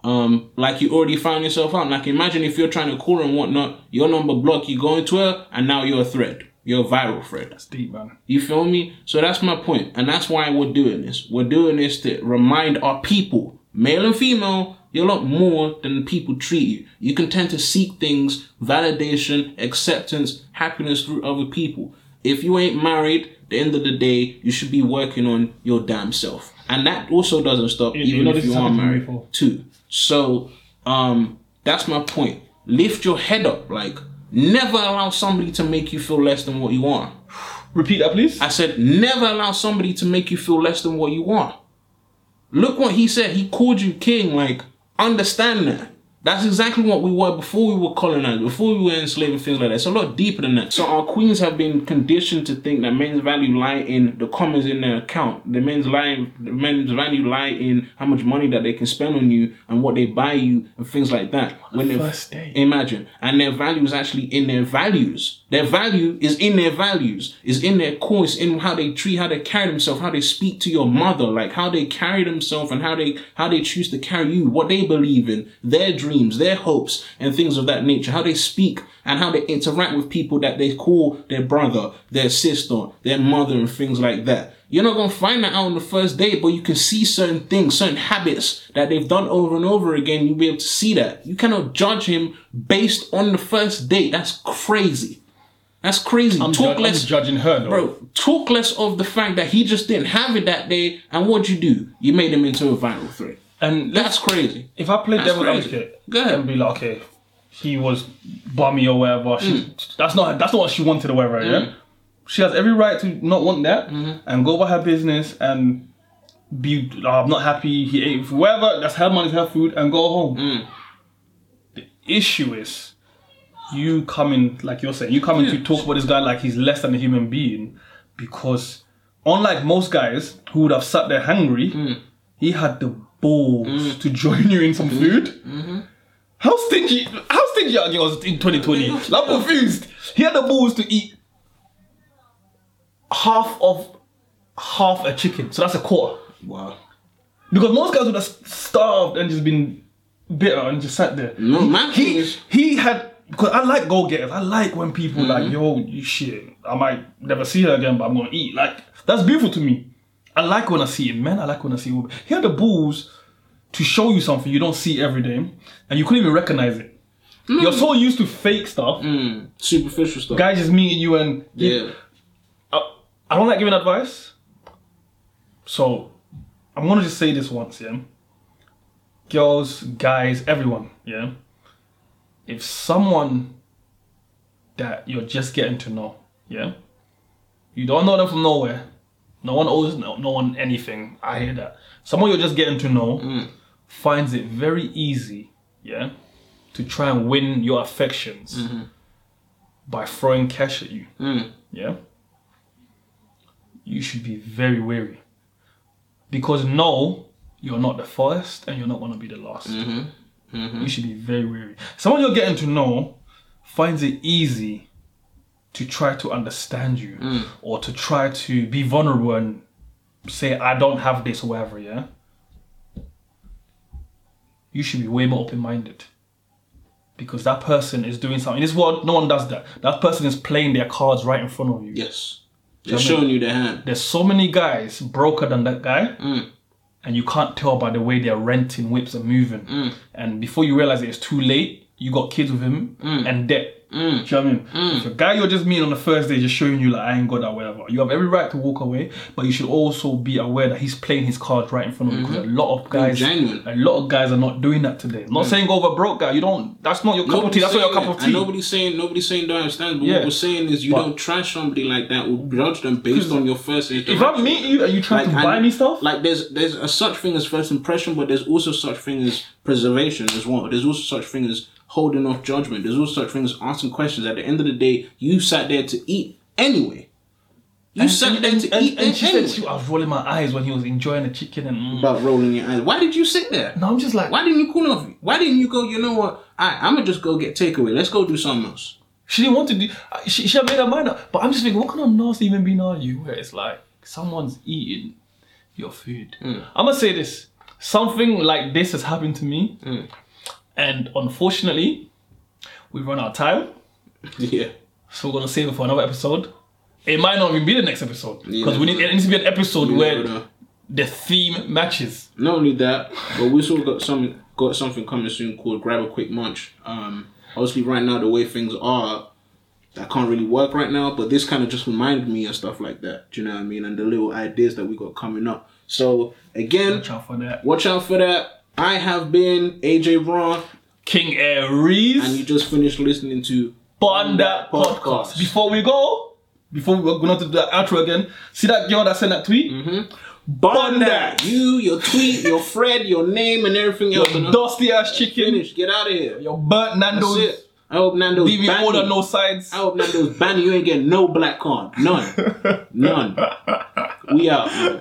Speaker 2: um, like you already found yourself out. Like imagine if you're trying to call and whatnot, your number blocked, you go into her, and now you're a threat. You're a viral threat.
Speaker 1: That's deep, man.
Speaker 2: You feel me? So that's my point, and that's why we're doing this. We're doing this to remind our people, male and female, you're a lot more than people treat you. You can tend to seek things, validation, acceptance, happiness through other people. If you ain't married, the end of the day, you should be working on your damn self, and that also doesn't stop
Speaker 1: you
Speaker 2: even
Speaker 1: know
Speaker 2: if
Speaker 1: this
Speaker 2: you
Speaker 1: has
Speaker 2: are
Speaker 1: happened to me
Speaker 2: married
Speaker 1: before.
Speaker 2: too. So um, that's my point. Lift your head up, like never allow somebody to make you feel less than what you are.
Speaker 1: Repeat that, please.
Speaker 2: I said, never allow somebody to make you feel less than what you are. Look what he said. He called you king. Like, understand that. That's exactly what we were before we were colonized, before we were enslaved and things like that. It's a lot deeper than that. So our queens have been conditioned to think that men's value lie in the commons in their account. The men's lie, the men's value lie in how much money that they can spend on you and what they buy you and things like that. When they
Speaker 1: First date.
Speaker 2: imagine, and their value is actually in their values. Their value is in their values, is in their course, in how they treat, how they carry themselves, how they speak to your mother, like how they carry themselves and how they how they choose to carry you, what they believe in, their dreams, their hopes, and things of that nature. How they speak and how they interact with people that they call their brother, their sister, their mother, and things like that. You're not gonna find that out on the first date, but you can see certain things, certain habits that they've done over and over again. You'll be able to see that. You cannot judge him based on the first date. That's crazy. That's crazy.
Speaker 1: I'm,
Speaker 2: Talk
Speaker 1: ju-
Speaker 2: less
Speaker 1: I'm judging her though.
Speaker 2: bro, talk less of the fact that he just didn't have it that day, and what'd you do? You made him into a viral threat.
Speaker 1: And let's
Speaker 2: That's crazy.
Speaker 1: If I play devil's
Speaker 2: crazy.
Speaker 1: advocate,
Speaker 2: Go ahead.
Speaker 1: and be like, okay, he was bummy or whatever. She, That's not that's not what she wanted or whatever. Yeah, she has every right to not want that and go about her business and be. "Oh, I'm not happy. He ate whatever. That's her money, it's her food, and go home. The issue is. You coming like you're saying, you coming to talk about this guy like he's less than a human being, because unlike most guys who would have sat there hungry, he had the balls to join you in some food. How stingy! How stingy are girls in 2020? I'm confused. He had the balls to eat half of half a chicken, so that's a quarter.
Speaker 2: Wow.
Speaker 1: Because most guys would have starved and just been bitter and just sat there.
Speaker 2: No, my thing
Speaker 1: He
Speaker 2: is,
Speaker 1: he had because I like goal getters. I like when people
Speaker 2: Mm-hmm.
Speaker 1: like yo you shit. I might never see her again, but I'm gonna eat. Like that's beautiful to me. I like when I see it, man. I like when I see women. He had the balls to show you something you don't see every day, and you couldn't even recognize it. You're so used to fake stuff.
Speaker 2: mm, superficial stuff.
Speaker 1: Guys just meeting you and
Speaker 2: yeah.
Speaker 1: I, Uh, I don't like giving advice. So I'm gonna just say this once, yeah. Girls, guys, everyone, yeah. If someone that you're just getting to know, yeah, you don't know them from nowhere. No one owes no, no one anything. I hear that. Someone you're just getting to know
Speaker 2: Hmm.
Speaker 1: finds it very easy, yeah, to try and win your affections by throwing cash at you,
Speaker 2: Mm.
Speaker 1: yeah you should be very wary. Because no, you're not the first and you're not going to be the last.
Speaker 2: Mm-hmm. Hmm.
Speaker 1: You should be very wary. Someone you're getting to know finds it easy to try to understand you or to try to be vulnerable and say, I don't have this or whatever, yeah? You should be way more open minded. Because that person is doing something. In this world, no one does that. That person is playing their cards right in front of you
Speaker 2: Yes. They're showing you the hand.
Speaker 1: there's so many guys broker than that guy
Speaker 2: Mm.
Speaker 1: and you can't tell by the way they're renting whips and moving
Speaker 2: Mm.
Speaker 1: and before you realize it, it's too late you got kids with him and debt
Speaker 2: Mm.
Speaker 1: do you know what I mean? If a guy you're just meeting on the first day is just showing you like I ain't got that whatever, you have every right to walk away, but you should also be aware that he's playing his cards right in front of you because a lot of guys,
Speaker 2: Mm-hmm. genuine. Mm.
Speaker 1: a lot of guys are not doing that today. I'm not saying go over broke guy. You don't. That's not your cup of tea. That's not your
Speaker 2: saying
Speaker 1: cup
Speaker 2: that.
Speaker 1: of tea.
Speaker 2: And nobody's saying nobody's saying don't have standards, but
Speaker 1: Yeah.
Speaker 2: what we're saying is you
Speaker 1: But-
Speaker 2: don't trash somebody like that or judge them based on your first
Speaker 1: if I meet you and you try to
Speaker 2: and-
Speaker 1: buy me stuff,
Speaker 2: Like there's there's a such thing as first impression, but there's also such thing as preservation as well. There's also such thing as holding off judgment. There's also such thing as asking questions. At the end of the day, you sat there to eat anyway. You sat
Speaker 1: and,
Speaker 2: there
Speaker 1: and,
Speaker 2: to eat
Speaker 1: and, and she
Speaker 2: anyway.
Speaker 1: said, she, I was rolling my eyes when he was enjoying the chicken and. Mm.
Speaker 2: about rolling your eyes. Why did you sit there?
Speaker 1: No, I'm just like,
Speaker 2: Why didn't you cool off? Why didn't you go? You know what? I I'm gonna just go get takeaway. Let's go do something else.
Speaker 1: she didn't want to do. uh, She, she had made her mind up. But I'm just thinking, what kind of nasty human being are you? Where it's like someone's eating your food. I'm gonna say this. Something like this has happened to me, and unfortunately, we run out of time.
Speaker 2: Yeah.
Speaker 1: So we're gonna save it for another episode. It might not even be the next episode because
Speaker 2: Yeah.
Speaker 1: we need it needs to be an episode
Speaker 2: You
Speaker 1: where
Speaker 2: know,
Speaker 1: the theme matches.
Speaker 2: Not only that, but we still got some got something coming soon called Grab a Quick Munch. Um, obviously, right now the way things are, that can't really work right now. But this kind of just reminded me of stuff like that. Do you know what I mean? And the little ideas that we got coming up. So again,
Speaker 1: Watch out for that.
Speaker 2: watch out for that. I have been AJ Braun,
Speaker 1: King
Speaker 2: and you
Speaker 1: Aries
Speaker 2: just finished listening to
Speaker 1: Banda
Speaker 2: Podcast.
Speaker 1: podcast. Before we go, before we go, we're going to do that outro again. See that girl that sent that tweet?
Speaker 2: Burn
Speaker 1: Burn
Speaker 2: that.
Speaker 1: that.
Speaker 2: You, your tweet, your Fred, your name, and everything else. And I'm
Speaker 1: Dusty ass chicken.
Speaker 2: finished. Get out of here.
Speaker 1: Your burnt
Speaker 2: That's
Speaker 1: Nando's.
Speaker 2: it. I hope Nando's
Speaker 1: Leave your
Speaker 2: banned
Speaker 1: order,
Speaker 2: you.
Speaker 1: no sides.
Speaker 2: I hope Nando's banning you. You ain't getting no black card. None. None. We out. man.